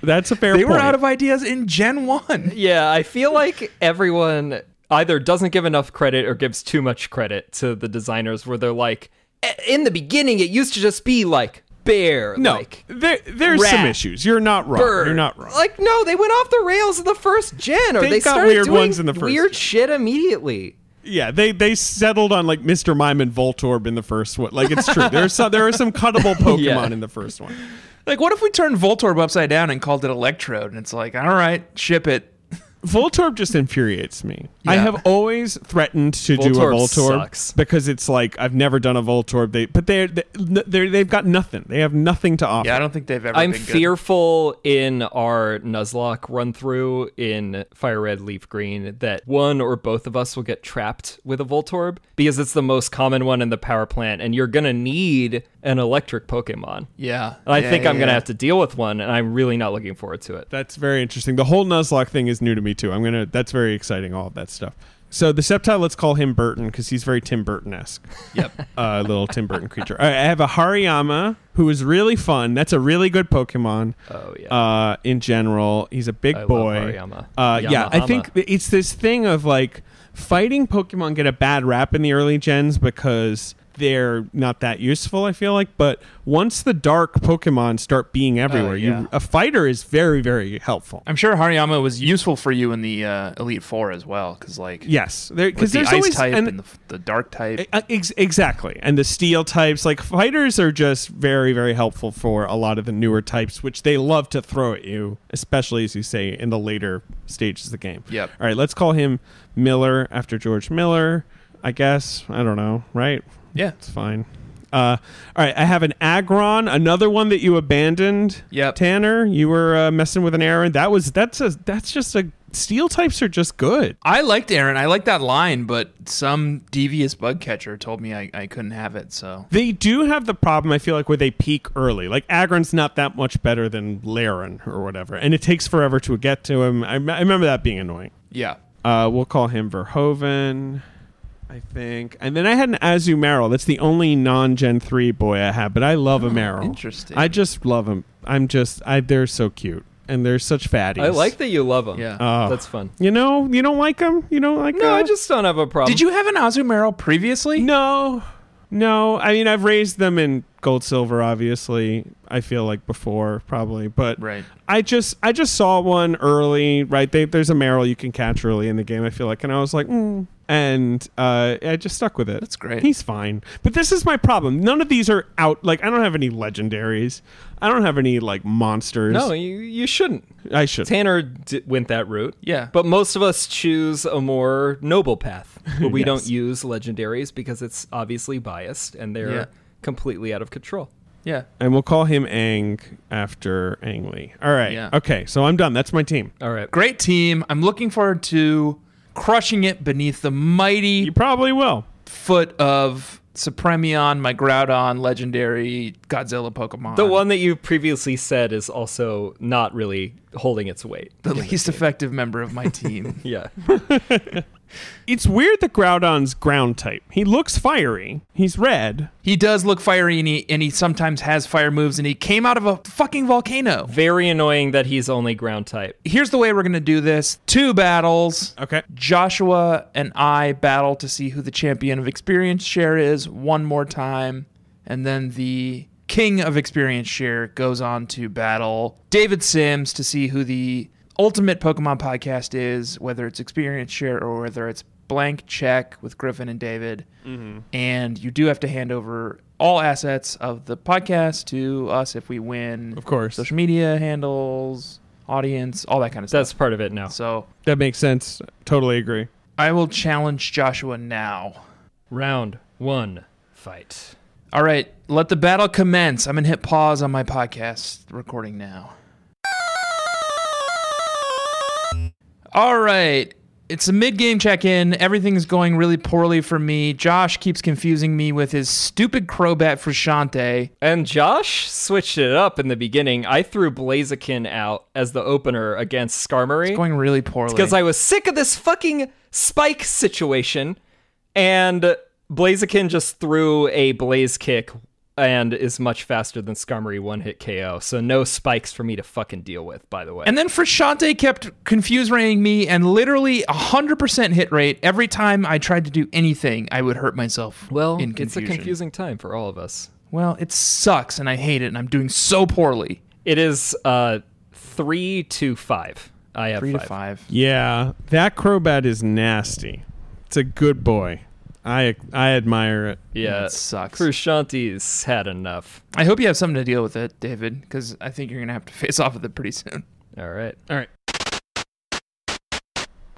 S6: That's a fair.
S1: They were
S6: point.
S1: out of ideas in Gen one.
S2: yeah, I feel like everyone either doesn't give enough credit or gives too much credit to the designers, where they're like, "I- in the beginning, it used to just be like bear.
S6: No,
S2: Like,
S6: there, there's some
S2: rat,
S6: issues. You're not wrong.
S2: Bird.
S6: You're not wrong.
S2: Like no, they went off the rails in the first gen, or
S6: They
S2: they,
S6: got
S2: started
S6: weird
S2: doing
S6: ones in the first
S2: weird
S6: gen.
S2: shit immediately.
S6: yeah, they they settled on like Mr. Mime and Voltorb in the first one. Like it's true. There's some there are some cuttable Pokemon
S2: Yeah.
S6: in the first one.
S1: Like, what if we turned Voltorb upside down and called it Electrode? And it's like, all right, ship it.
S6: Voltorb just infuriates me. I
S1: Yeah.
S6: have always threatened to do a
S2: Voltorb
S6: Voltorb
S2: sucks.
S6: because it's like I've never done a Voltorb. They but they they they've got nothing. They have nothing to offer.
S1: Yeah, I don't think they've ever.
S2: I'm
S1: been good.
S2: fearful in our Nuzlocke run through in Fire Red Leaf Green that one or both of us will get trapped with a Voltorb because it's the most common one in the power plant, and you're gonna need an electric Pokemon.
S1: Yeah,
S2: And I
S1: Yeah,
S2: think
S1: yeah,
S2: I'm gonna
S1: yeah.
S2: have to deal with one, and I'm really not looking forward to it.
S6: That's very interesting. The whole Nuzlocke thing is new to me too. I'm gonna. That's very exciting. All of that stuff. So the Sceptile, let's call him Burton because he's very Tim Burton esque.
S1: Yep.
S6: uh, little Tim Burton creature. All right, I have a Hariyama who is really fun. That's a really good Pokemon.
S2: Oh, yeah.
S6: Uh, in general, he's a big
S2: I love
S6: boy.
S2: Hariyama.
S6: Uh, yeah, I
S2: Yamahama.
S6: think th- it's this thing of like fighting Pokemon get a bad rap in the early gens because they're not that useful. I feel like, but once the dark Pokemon start being everywhere,
S1: Uh, yeah.
S6: you a fighter is very very helpful.
S1: I'm sure Hariyama was useful for you in the uh, Elite Four as well, because like
S6: Yes,
S1: with
S6: because
S1: the
S6: there's
S1: ice
S6: always
S1: type
S6: and-
S1: and, the, the dark type.
S6: Uh, ex- exactly. And the steel types, like fighters, are just very, very helpful for a lot of the newer types, which they love to throw at you, especially as you say in the later stages of the game.
S1: Yep.
S6: All right, let's call him Miller after George Miller, I guess. I don't know, right?
S1: yeah.
S6: It's fine. Uh, all right, I have an Agron, another one that you abandoned.
S1: Yep.
S6: Tanner, you were uh, messing with an Aaron. That was that's a that's just a steel types are just good.
S1: I liked Aaron. I liked that line, but some devious bug catcher told me I, I couldn't have it. So
S6: They do have the problem, I feel like, where they peak early. Like, Agron's not that much better than Laren or whatever, and it takes forever to get to him. I, I remember that being annoying.
S1: yeah,
S6: Uh, we'll call him Verhoeven, I think. And then I had an Azu Merrill. That's the only non Gen 3 boy I have, but I
S2: Oh,
S6: love a Merrill.
S1: interesting.
S6: I just love him. I'm just, I, they're so cute, and they're such fatties.
S2: I like that you love him.
S1: yeah.
S6: Oh.
S2: that's fun.
S6: You know, you don't like him? You don't like
S2: No,
S6: uh,
S2: I just don't have a problem.
S1: Did you have an Azumarill previously?
S6: No, no. I mean, I've raised them in gold, silver. Obviously, I feel like before probably, but
S1: Right.
S6: I just, I just saw one early. Right, they, there's a Merrill you can catch early in the game. I feel like, and I was like, mm. and uh, I just stuck with it.
S1: That's great.
S6: He's fine, but this is my problem. None of these are out. Like, I don't have any legendaries. I don't have any like monsters.
S2: No, you, you shouldn't.
S6: I should.
S2: Tanner d- went that route.
S1: Yeah.
S2: But most of us choose a more noble path, but we don't
S6: Yes.
S2: use legendaries because it's obviously biased and they're
S1: Yeah.
S2: completely out of control.
S1: Yeah.
S6: and we'll call him Ang after Ang Lee. All right.
S1: Yeah.
S6: Okay. So I'm done. That's my team.
S2: All right.
S1: Great team. I'm looking forward to crushing it beneath the mighty
S6: You probably will.
S1: foot of Supremion, my Groudon, legendary Godzilla Pokemon.
S2: The one that you previously said is also not really holding its weight.
S1: the least effective member of my team.
S2: Yeah.
S6: It's weird that Groudon's ground type. He looks fiery. He's red.
S1: he does look fiery and he, and he sometimes has fire moves and he came out of a fucking volcano.
S2: Very annoying that he's only ground type.
S1: Here's the way we're going to do this. Two battles.
S6: Okay.
S1: Joshua and I battle to see who the champion of experience share is one more time. And then the king of experience share goes on to battle David Sims to see who the ultimate Pokemon podcast is, whether it's experience share or whether it's blank check with Griffin and David.
S6: Mm-hmm.
S1: And you do have to hand over all assets of the podcast to us if we win.
S6: Of course.
S1: Social media handles, audience, all that kind of
S2: That's
S1: stuff.
S2: part of it now.
S1: So
S6: That makes sense. Totally agree.
S1: I will challenge Joshua now.
S2: Round one fight.
S1: All right, let the battle commence. I'm going to hit pause on my podcast recording now. All right. It's a mid game check in. Everything's going really poorly for me. Josh keeps confusing me with his stupid Crobat Frusciante.
S2: And Josh switched it up in the beginning. I threw Blaziken out as the opener against Skarmory.
S1: It's going really poorly.
S2: because I was sick of this fucking spike situation. And Blaziken just threw a blaze kick and is much faster than Skarmory one hit KO. So no spikes for me to fucking deal with, by the way.
S1: And then Frusciante kept confuse raying me and literally 100% hit rate. Every time I tried to do anything, I would hurt myself.
S2: well,
S1: in
S2: it's a
S1: confusion.
S2: confusing time for all of us.
S1: Well, it sucks and I hate it and I'm doing so poorly.
S2: It is uh three to five. I have
S1: Three
S2: five.
S1: to five.
S6: Yeah, that Crobat is nasty. It's a good boy. I I admire it.
S2: Yeah.
S1: That sucks.
S2: Frusciante's had enough.
S1: I hope you have something to deal with it, David, because I think you're going to have to face off with it pretty soon.
S2: All right.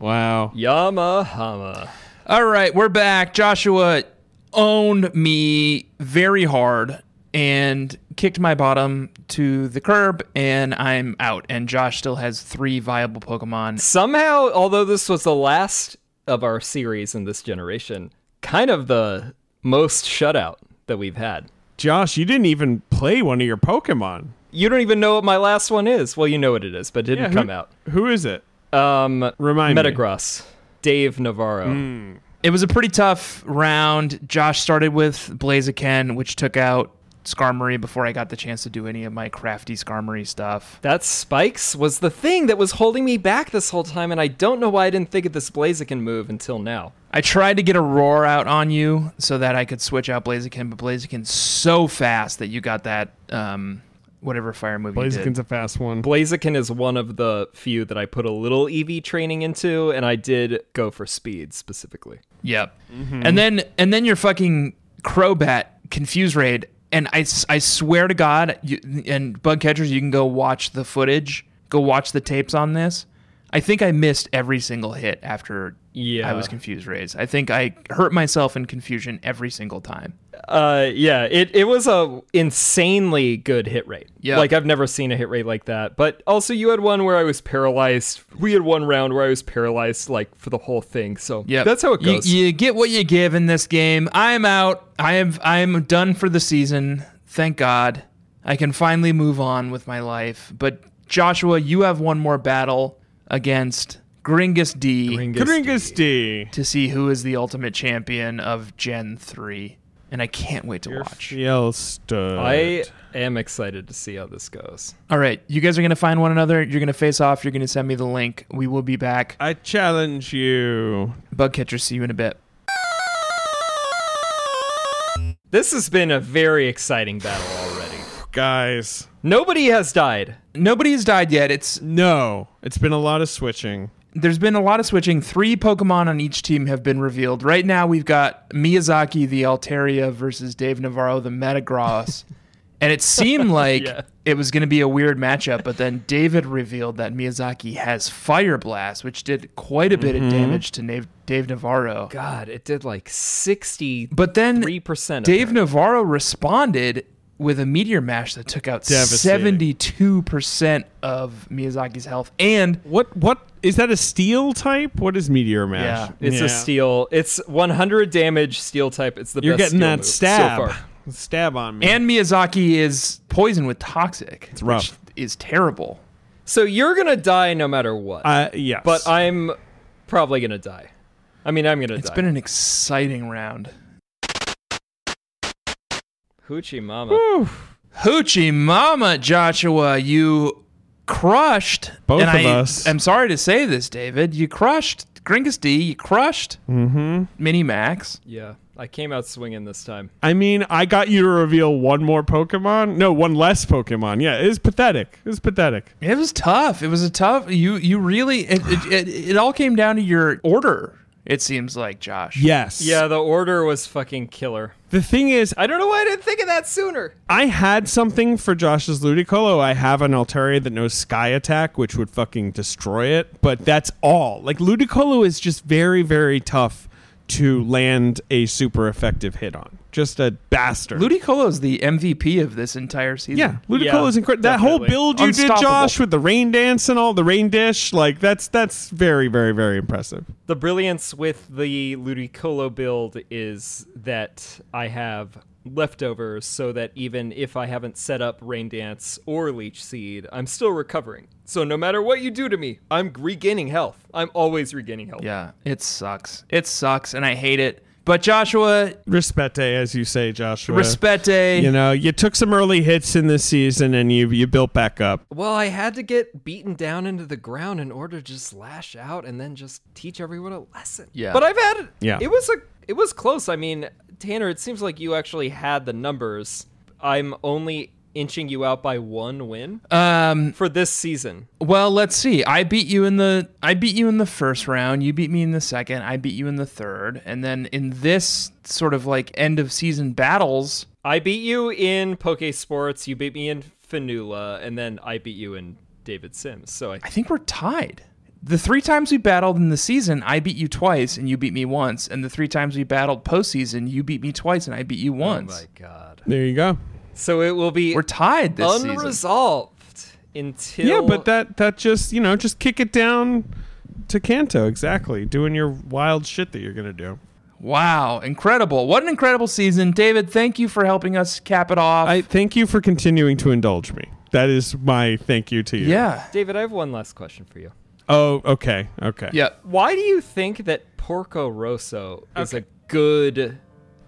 S6: Wow.
S2: Yamahama.
S1: All right, we're back. Joshua owned me very hard and kicked my bottom to the curb, and I'm out. And Josh still has three viable Pokemon.
S2: somehow, although this was the last of our series in this generation, kind of the most shutout that we've had.
S6: Josh, you didn't even play one of your Pokemon.
S2: You don't even know what my last one is. Well, you know what it is, but it didn't
S6: who-
S2: come out.
S6: Who is it?
S2: Um,
S6: Remind me. Hmm.
S2: Metagross, Dave Navarro.
S1: It was a pretty tough round. Josh started with Blaziken, which took out Skarmory before I got the chance to do any of my crafty Skarmory stuff.
S2: That spikes was the thing that was holding me back this whole time, and I don't know why I didn't think of this Blaziken move until now.
S1: I tried to get a roar out on you so that I could switch out Blaziken, but Blaziken's so fast that you got that um, whatever fire move you did.
S6: Blaziken's a fast one.
S2: Blaziken is one of the few that I put a little EV training into, and I did go for speed specifically.
S1: Yep. And then and then your fucking Crobat confuse raid, and I, s- I swear to God, you, and bug catchers, you can go watch the footage, go watch the tapes on this. I think I missed every single hit after I
S2: Yeah.
S1: was confused raids. I think I hurt myself in confusion every single time.
S2: Uh, yeah, it, it was a insanely good hit rate.
S1: Yeah.
S2: Like I've never seen a hit rate like that. But also you had one where I was paralyzed. We had one round where I was paralyzed like for the whole thing. So
S1: Yeah,
S2: that's how it goes.
S1: You, you get what you give in this game. I'm out. I am. I am done for the season. Thank God, I can finally move on with my life. But Joshua, you have one more battle against Gringus D
S6: Kadringus D.
S1: to see who is the ultimate champion of Gen Three, and I can't wait to watch.
S6: Fiel stud.
S2: I am excited to see how this goes.
S1: All right, you guys are gonna find one another. You're gonna face off. You're gonna send me the link. We will be back.
S6: I challenge you.
S1: Bug catcher, see you in a bit.
S2: This has been a very exciting battle already.
S6: Guys.
S2: Nobody has died.
S1: Nobody has died yet. It's
S6: No. It's been a lot of switching.
S1: there's been a lot of switching. Three Pokemon on each team have been revealed. Right now, we've got Miyazaki, the Altaria, versus Dave Navarro, the Metagross. and it seemed like
S2: Yeah.
S1: it was going to be a weird matchup, but then David revealed that Miyazaki has Fire Blast, which did quite a bit of damage to Nav- Dave Navarro.
S2: God, it did like 60
S1: But then
S2: 3%
S1: Dave
S2: apparently.
S1: Navarro responded with a meteor mash that took out
S6: Devastating.
S1: 72% of Miyazaki's health and
S6: What? What? Is that a steel type? What is Meteor Mash?
S1: Yeah.
S2: It's a steel. It's 100 damage steel type. It's the
S6: You're
S2: best
S6: getting
S2: steel
S6: that
S2: move
S6: stab.
S2: So far.
S6: stab on me.
S1: And Miyazaki is poisoned with toxic. It's
S6: rough.
S1: Which is terrible.
S2: So you're going to die no matter what.
S6: uh, yes.
S2: but I'm probably going to die. I mean, I'm going to die.
S1: It's been an exciting round.
S2: Hoochie mama.
S1: Hoochie Mama Joshua, you crushed
S6: Both
S1: and
S6: of
S1: I,
S6: us.
S1: I'm sorry to say this, David. You crushed Gringus D. You crushed
S6: Mm-hmm.
S1: Mini Max.
S2: Yeah. I came out swinging this time.
S6: I mean, I got you to reveal one more Pokemon. No, one less Pokemon. Yeah, it was pathetic. It was pathetic.
S1: It was tough. It was a tough. You you really. It it, it, it all came down to your order. It seems like Josh.
S6: Yes.
S2: Yeah, the order was fucking killer.
S6: The thing is,
S2: I don't know why I didn't think of that sooner.
S6: I had something for Josh's Ludicolo. I have an Altaria that knows Sky Attack, which would fucking destroy it. But that's all. Like Ludicolo is just very, very tough to land a super effective hit on. Just a bastard.
S1: Ludicolo is the MVP of this entire season.
S6: yeah, Ludicolo
S2: Yeah,
S6: is incredible. That whole
S2: definitely.
S6: build you did,
S1: Unstoppable.
S6: Josh, with the rain dance and all the rain dish, like that's that's very, very, very impressive.
S2: The brilliance with the Ludicolo build is that I have leftovers so that even if I haven't set up Rain Dance or Leech Seed, I'm still recovering. So no matter what you do to me, I'm regaining health. I'm always regaining health.
S1: Yeah. It sucks. It sucks, and I hate it. But Joshua,
S6: Respete, as you say, Joshua.
S1: Respete.
S6: You know, you took some early hits in this season, and you you built back up.
S2: Well, I had to get beaten down into the ground in order to just lash out and then just teach everyone a lesson.
S1: Yeah.
S2: But I've had
S6: Yeah.
S2: It was a it was close. I mean, Tanner, it seems like you actually had the numbers. I'm only inching you out by one win
S1: um,
S2: for this season.
S1: well, let's see. I beat you in the I beat you in the first round. You beat me in the second. I beat you in the third. And then in this sort of like end of season battles,
S2: I beat you in Poke Sports, you beat me in Fanula, and then I beat you in David Sims. So I
S1: I think we're tied. The three times we battled in the season, I beat you twice and you beat me once. And the three times we battled postseason, you beat me twice and I beat you
S2: Oh
S1: once.
S2: my god.
S6: There you go.
S2: So it will be
S1: we're tied this season.
S2: unresolved until
S6: Yeah, but that that just you know just kick it down to Kanto exactly, doing your wild shit that you're gonna do.
S1: Wow, incredible. What an incredible season. David, thank you for helping us cap it off.
S6: I thank you for continuing to indulge me. That is my thank you to you.
S1: yeah.
S2: David, I have one last question for you.
S6: Oh, okay, okay.
S1: Yeah.
S2: Why do you think that Porco Rosso is a good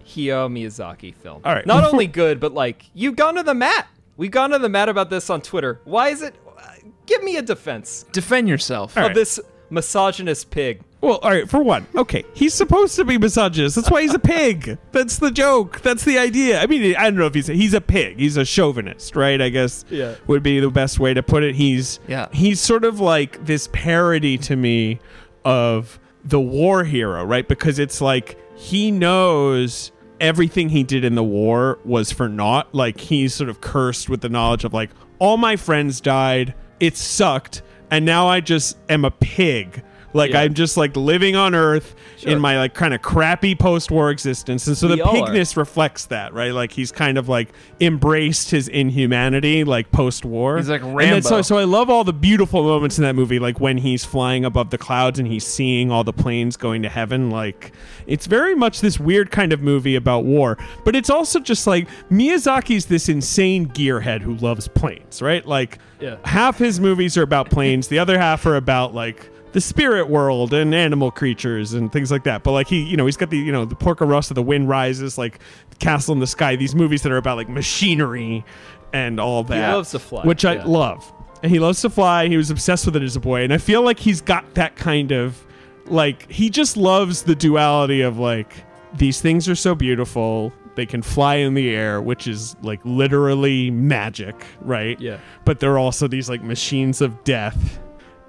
S2: Hayao Miyazaki film.
S6: All right.
S2: Not only good, but like you've gone to the mat. We've gone to the mat about this on Twitter. Why is it? uh, Give me a defense
S1: Defend yourself.
S2: of this misogynist pig.
S6: Well, all right, for one. Okay. He's supposed to be misogynist. That's why he's a pig. That's the joke. That's the idea. I mean, I don't know if he's a, he's a pig. He's a chauvinist, right? I guess
S2: Yeah.
S6: would be the best way to put it. He's
S1: Yeah.
S6: he's sort of like this parody to me of the war hero, right? Because it's like he knows everything he did in the war was for naught. Like he's sort of cursed with the knowledge of like all my friends died. It sucked, and now I just am a pig. Like
S2: Yeah.
S6: I'm just like living on Earth in my like kind of crappy post-war existence, and so
S2: We
S6: the
S2: all are.
S6: pigness reflects that, right? Like he's kind of like embraced his inhumanity, like post-war.
S1: He's like
S6: And then- so,
S1: Rambo.
S6: so I love all the beautiful moments in that movie, like when he's flying above the clouds and he's seeing all the planes going to heaven. Like it's very much this weird kind of movie about war, but it's also just like Miyazaki's this insane gearhead who loves planes, right? Like
S2: Yeah.
S6: half his movies are about planes, the other half are about like the spirit world and animal creatures and things like that. But like he, you know, he's got the you know the Porco Rosso, The Wind Rises, like Castle in the Sky. These movies that are about like machinery and all that.
S2: loves to fly,
S6: which I
S2: yeah.
S6: love. And he loves to fly. He was obsessed with it as a boy, and I feel like he's got that kind of like he just loves the duality of like these things are so beautiful. They can fly in the air, which is like literally magic, right?
S2: Yeah.
S6: But they're also these like machines of death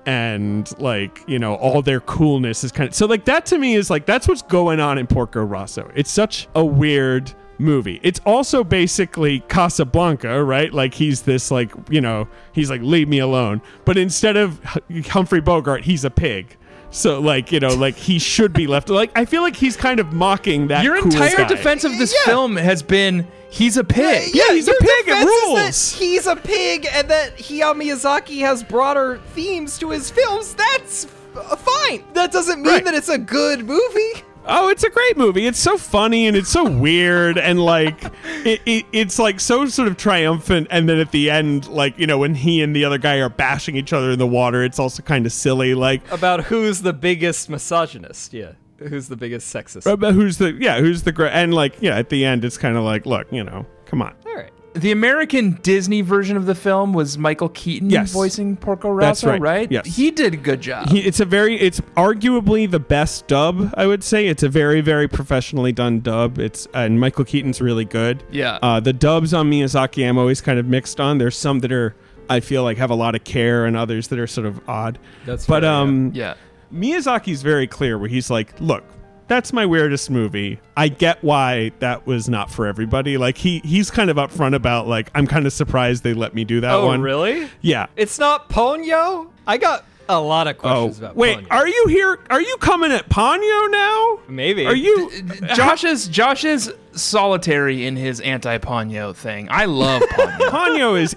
S6: and like you know all their coolness is kind of so like that to me is like that's what's going on in Porco Rosso. It's such a weird movie. It's also basically Casablanca, right? Like he's this like you know he's like leave me alone, but instead of H- Humphrey Bogart, he's a pig. So like you know like he should be left. Like I feel like he's kind of mocking that.
S1: Your
S6: cool
S1: entire
S6: guy.
S1: defense of this film has been he's a pig.
S6: Yeah, he's a
S2: your
S6: pig, it
S2: defense is that
S6: rules.
S2: He's a pig, and that Hayao Miyazaki has broader themes to his films. That's f- uh, fine. That doesn't mean
S6: Right.
S2: that it's a good movie.
S6: Oh, it's a great movie. It's so funny and it's so weird and like it, it, it's like so sort of triumphant. And then at the end, like you know, when he and the other guy are bashing each other in the water, it's also kind of silly. Like
S2: About who's the biggest misogynist? Yeah, who's the biggest sexist?
S6: uh, but who's the yeah, who's the gr- and like yeah, at the end, it's kind of like look, you know, come on.
S2: All right.
S1: The American Disney version of the film was Michael Keaton
S6: Yes.
S1: voicing Porco Rosso,
S6: That's right. Yes.
S1: He did a good job.
S6: He, it's a very it's arguably the best dub I would say. It's a very very professionally done dub. It's and Michael Keaton's really good.
S1: Yeah.
S6: Uh, the dubs on Miyazaki I'm always kind of mixed on. There's some that are I feel like have a lot of care and others that are sort of odd.
S2: That's
S6: but
S2: fair, yeah.
S6: um
S1: yeah.
S6: Miyazaki's very clear where he's like, look, that's my weirdest movie. I get why that was not for everybody. Like he he's kind of upfront about like I'm kind of surprised they let me do that
S2: Oh,
S6: one.
S2: really?
S6: Yeah.
S2: It's not Ponyo. I got a lot of
S6: Oh
S2: questions about.
S6: wait,
S2: Ponyo.
S6: are you here? Are you coming at Ponyo now?
S2: Maybe.
S6: Are you?
S1: Josh is Josh is solitary in his anti Ponyo thing. I love Ponyo.
S6: Ponyo is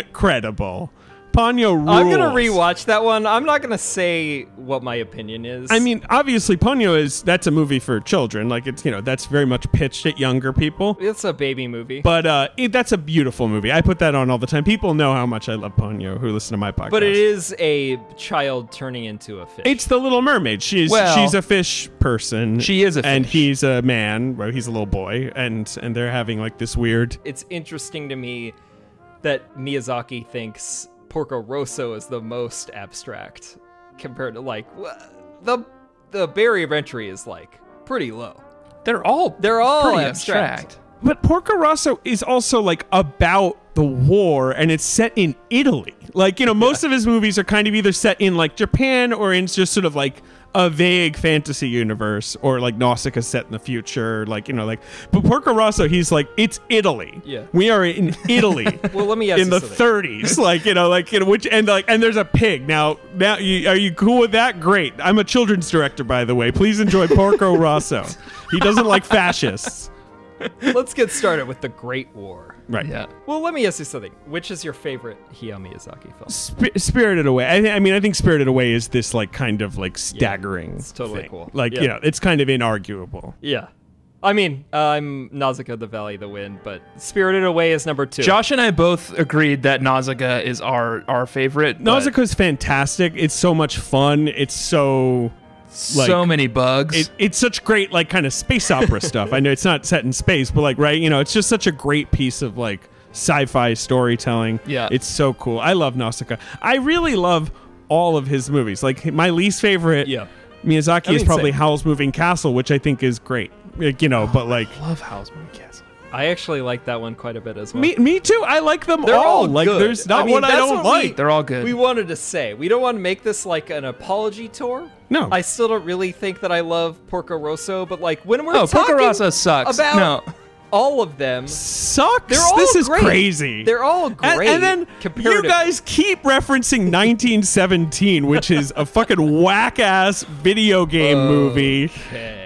S6: incredible. Ponyo rules.
S2: I'm gonna rewatch that one. I'm not gonna say what my opinion is.
S6: I mean, obviously, Ponyo is that's a movie for children. Like it's you know that's very much pitched at younger people.
S2: it's a baby movie.
S6: But uh, it, that's a beautiful movie. I put that on all the time. People know how much I love Ponyo who listen to my podcast.
S2: But it is a child turning into a fish.
S6: It's the Little Mermaid. She's
S1: Well-
S6: she's a fish person.
S1: She is a
S6: and
S1: fish.
S6: he's a man. Well, he's a little boy, and and they're having like this weird.
S2: it's interesting to me that Miyazaki thinks Porco Rosso is the most abstract compared to like wha- the the barrier of entry is like pretty low.
S1: They're all
S2: They're all
S1: pretty
S2: abstract.
S1: abstract.
S6: But Porco Rosso is also like about the war and it's set in Italy. Like, you know, most of his movies are kind of either set in like Japan or in just sort of like a vague fantasy universe or like Nausicaa set in the future. Like, you know, like, but Porco Rosso, he's like, it's Italy.
S2: Yeah.
S6: We are in Italy.
S2: Well, let me ask
S6: in
S2: you
S6: the
S2: something.
S6: 30s like you know like you know, which and like and there's a pig now now you, are you cool with that great i'm a children's director by the way please enjoy porco rosso he doesn't like fascists
S2: Let's get started with the Great War.
S6: right
S1: Yeah.
S2: Well, let me ask you something. Which is your favorite Hayao Miyazaki film?
S6: Sp- Spirited Away. I, th- I mean, I think Spirited Away is this like kind of like staggering.
S2: it's totally
S6: thing.
S2: cool.
S6: Like you
S2: Yeah.
S6: know, it's kind of inarguable.
S2: Yeah. I mean, uh, I'm Nausicaa of the Valley of the Wind, but Spirited Away is number 2.
S1: Josh and I both agreed that Nausicaa is our our favorite. but-
S6: Nausicaa's fantastic. It's so much fun. It's so
S1: so
S6: Like,
S1: many bugs.
S6: It, it's such great, like, kind of space opera stuff. I know it's not set in space, but, like, right, you know, it's just such a great piece of, like, sci fi storytelling.
S1: Yeah.
S6: It's so cool. I love Nausicaa. I really love all of his movies. Like, my least favorite
S2: Yeah.
S6: Miyazaki
S2: I
S6: is
S2: mean,
S6: probably
S2: same.
S6: Howl's Moving Castle, which I think is great. Like, you know,
S2: Oh,
S6: but, like,
S1: Love Howl's Moving Castle.
S2: I actually like that one quite a bit as well.
S6: me, me too. I like them
S2: They're all,
S6: like,
S2: good.
S6: there's not
S2: I mean,
S6: one I
S2: that's
S6: don't
S2: what we-
S6: like.
S1: They're all good.
S2: We wanted to say we don't want to make this like an apology tour.
S6: No.
S2: I still don't really think that I love Porco Rosso, but like when we're
S1: Oh, Porco
S2: talking
S1: Rosso sucks.
S2: about
S1: No.
S2: all of them,
S6: sucks.
S2: They're all
S6: this is
S2: great.
S6: crazy.
S2: They're all
S6: And-
S2: great
S6: And, then you
S2: comparatively.
S6: guys keep referencing 1917, which is a fucking whack ass video game movie.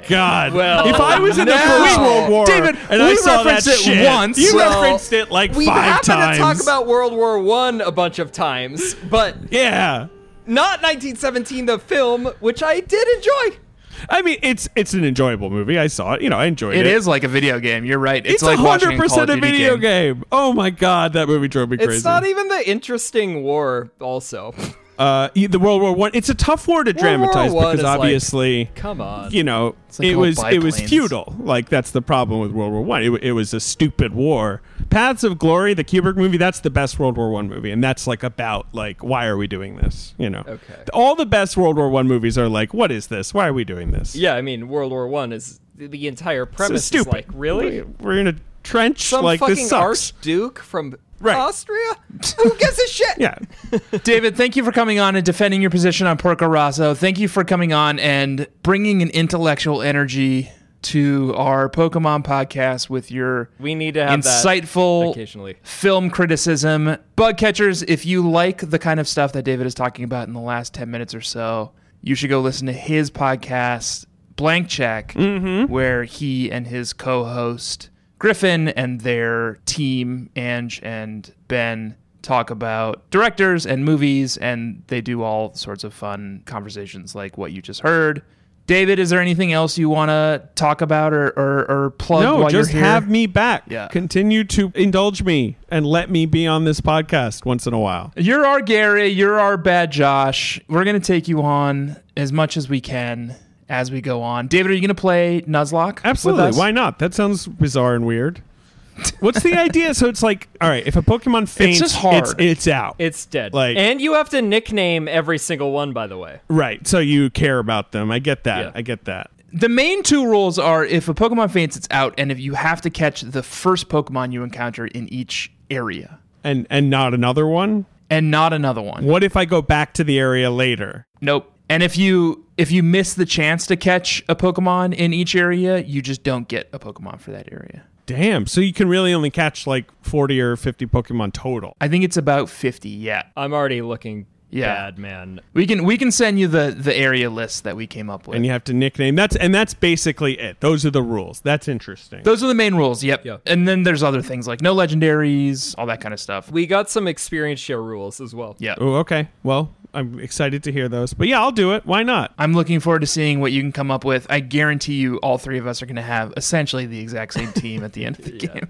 S6: God,
S2: Well,
S6: if I was in
S2: now-
S6: the First World War,
S1: David,
S6: and
S1: we
S6: I saw that
S1: referenced it
S6: shit,
S1: once.
S6: you
S2: Well,
S6: referenced it like
S2: we
S6: five
S2: happen
S6: times.
S2: to talk about World War One a bunch of times, but
S6: yeah.
S2: not 1917, the film, which I did enjoy.
S6: I mean, it's it's an enjoyable movie. I saw it. You know, I enjoyed
S1: It
S6: it.
S1: is like a video game. You're right. It's,
S6: It's
S1: like watching
S6: hundred
S1: a Call of
S6: percent a
S1: Duty
S6: video game. Oh my god, that movie drove me crazy.
S2: It's not even the interesting war. Also,
S6: uh, the World War One. It's a tough war to
S2: War
S6: dramatize
S2: One
S6: because
S2: is like-
S6: obviously,
S2: come on.
S6: you know,
S1: like
S6: it
S1: old
S6: was it was
S1: biplanes.
S6: futile. Like that's the problem with World War One. It, wa- it was a stupid war. Paths of Glory, the Kubrick movie, that's the best World War One movie, and that's like about like why are we doing this? You know,
S2: Okay.
S6: All the best World War One movies are like, what is this? Why are we doing this?
S2: Yeah, I mean, World War One is the entire
S6: This
S2: premise
S6: is stupid.
S2: is like really
S6: We- we're in a trench.
S2: some
S6: like
S2: fucking
S6: this sucks.
S2: archduke from
S6: Right.
S2: Austria. Who gives a shit?
S6: Yeah,
S1: David, thank you for coming on and defending your position on Porco Rosso. Thank you for coming on and bringing an intellectual energy to our Pokemon podcast with your
S2: We need to have that
S1: insightful
S2: occasionally.
S1: film criticism. Bug catchers, if you like the kind of stuff that David is talking about in the last 10 minutes or so, you should go listen to his podcast, Blank Check,
S6: Mm-hmm.
S1: where he and his co host Griffin and their team, Ange and Ben, talk about directors and movies, and they do all sorts of fun conversations like what you just heard. David, is there anything else you want to talk about or, or, or
S2: Uh,
S1: plug
S6: no,
S1: while
S6: just
S1: you're here?
S6: have me back.
S1: Yeah.
S6: Continue to indulge me and let me be on this podcast once in a while.
S1: You're our Gary. You're our bad Josh. We're going to take you on as much as we can as we go on. David, are you going to play Nuzlocke? with
S6: Absolutely.
S1: us?
S6: Why not? That sounds bizarre and weird. What's the idea? So it's like, all right, if a Pokemon faints,
S1: just hard.
S6: It's, it's out.
S2: It's dead.
S6: Like-
S2: and you have to nickname every single one, by the way.
S6: right. So you care about them. I get that.
S2: Yeah.
S6: I get that.
S1: The main two rules are if a Pokemon faints, it's out, and if you have to catch the first Pokemon you encounter in each area
S6: And and not another one.
S1: and not another one.
S6: What if I go back to the area later?
S1: Nope. And if you if you miss the chance to catch a Pokemon in each area, you just don't get a Pokemon for that area.
S6: Damn. So you can really only catch like forty or fifty Pokemon total.
S1: I think it's about 50, yeah.
S2: I'm already looking
S1: Yeah.
S2: bad, man.
S1: We can we can send you the the area list that we came up with.
S6: And you have to nickname. That's and that's basically it. Those are the rules. That's interesting.
S1: Those are the main rules. Yep.
S2: Yeah.
S1: And then there's other things like no legendaries, all that kind of stuff.
S2: We got some experience share rules as well.
S1: Yeah.
S6: Oh, okay. Well, I'm excited to hear those. But yeah, I'll do it. Why not?
S1: I'm looking forward to seeing what you can come up with. I guarantee you, all three of us are going to have essentially the exact same team at the end of the game.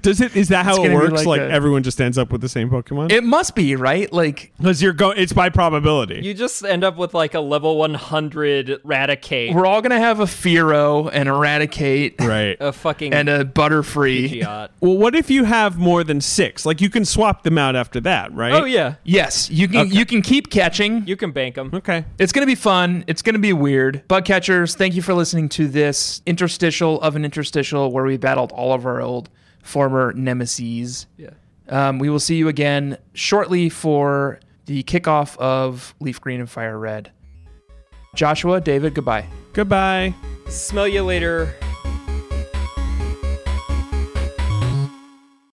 S6: Does it? Is that how it
S1: gonna be
S6: works?
S1: like
S6: Like,
S1: a-
S6: everyone just ends up with the same Pokemon?
S1: It must be right. Like
S6: Because you're going, it's by probability.
S2: You just end up with like a level 100 Raticate,
S1: we're all going to have a Fearow and Eradicate
S6: right.
S2: a fucking
S1: and a Butterfree.
S2: Pidgeot.
S6: well, what if you have more than six? Like, you can swap them out after that, right?
S2: Oh yeah,
S1: Yes, you can you can keep catching.
S2: you can bank them.
S6: Okay.
S1: It's going to be fun. It's going to be weird. Bug catchers, thank you for listening to this interstitial of an interstitial where we battled all of our old former nemesis.
S2: Yeah.
S1: Um, we will see you again shortly for the kickoff of Leaf Green and Fire Red. Joshua, David, goodbye.
S6: Goodbye.
S2: Smell you later.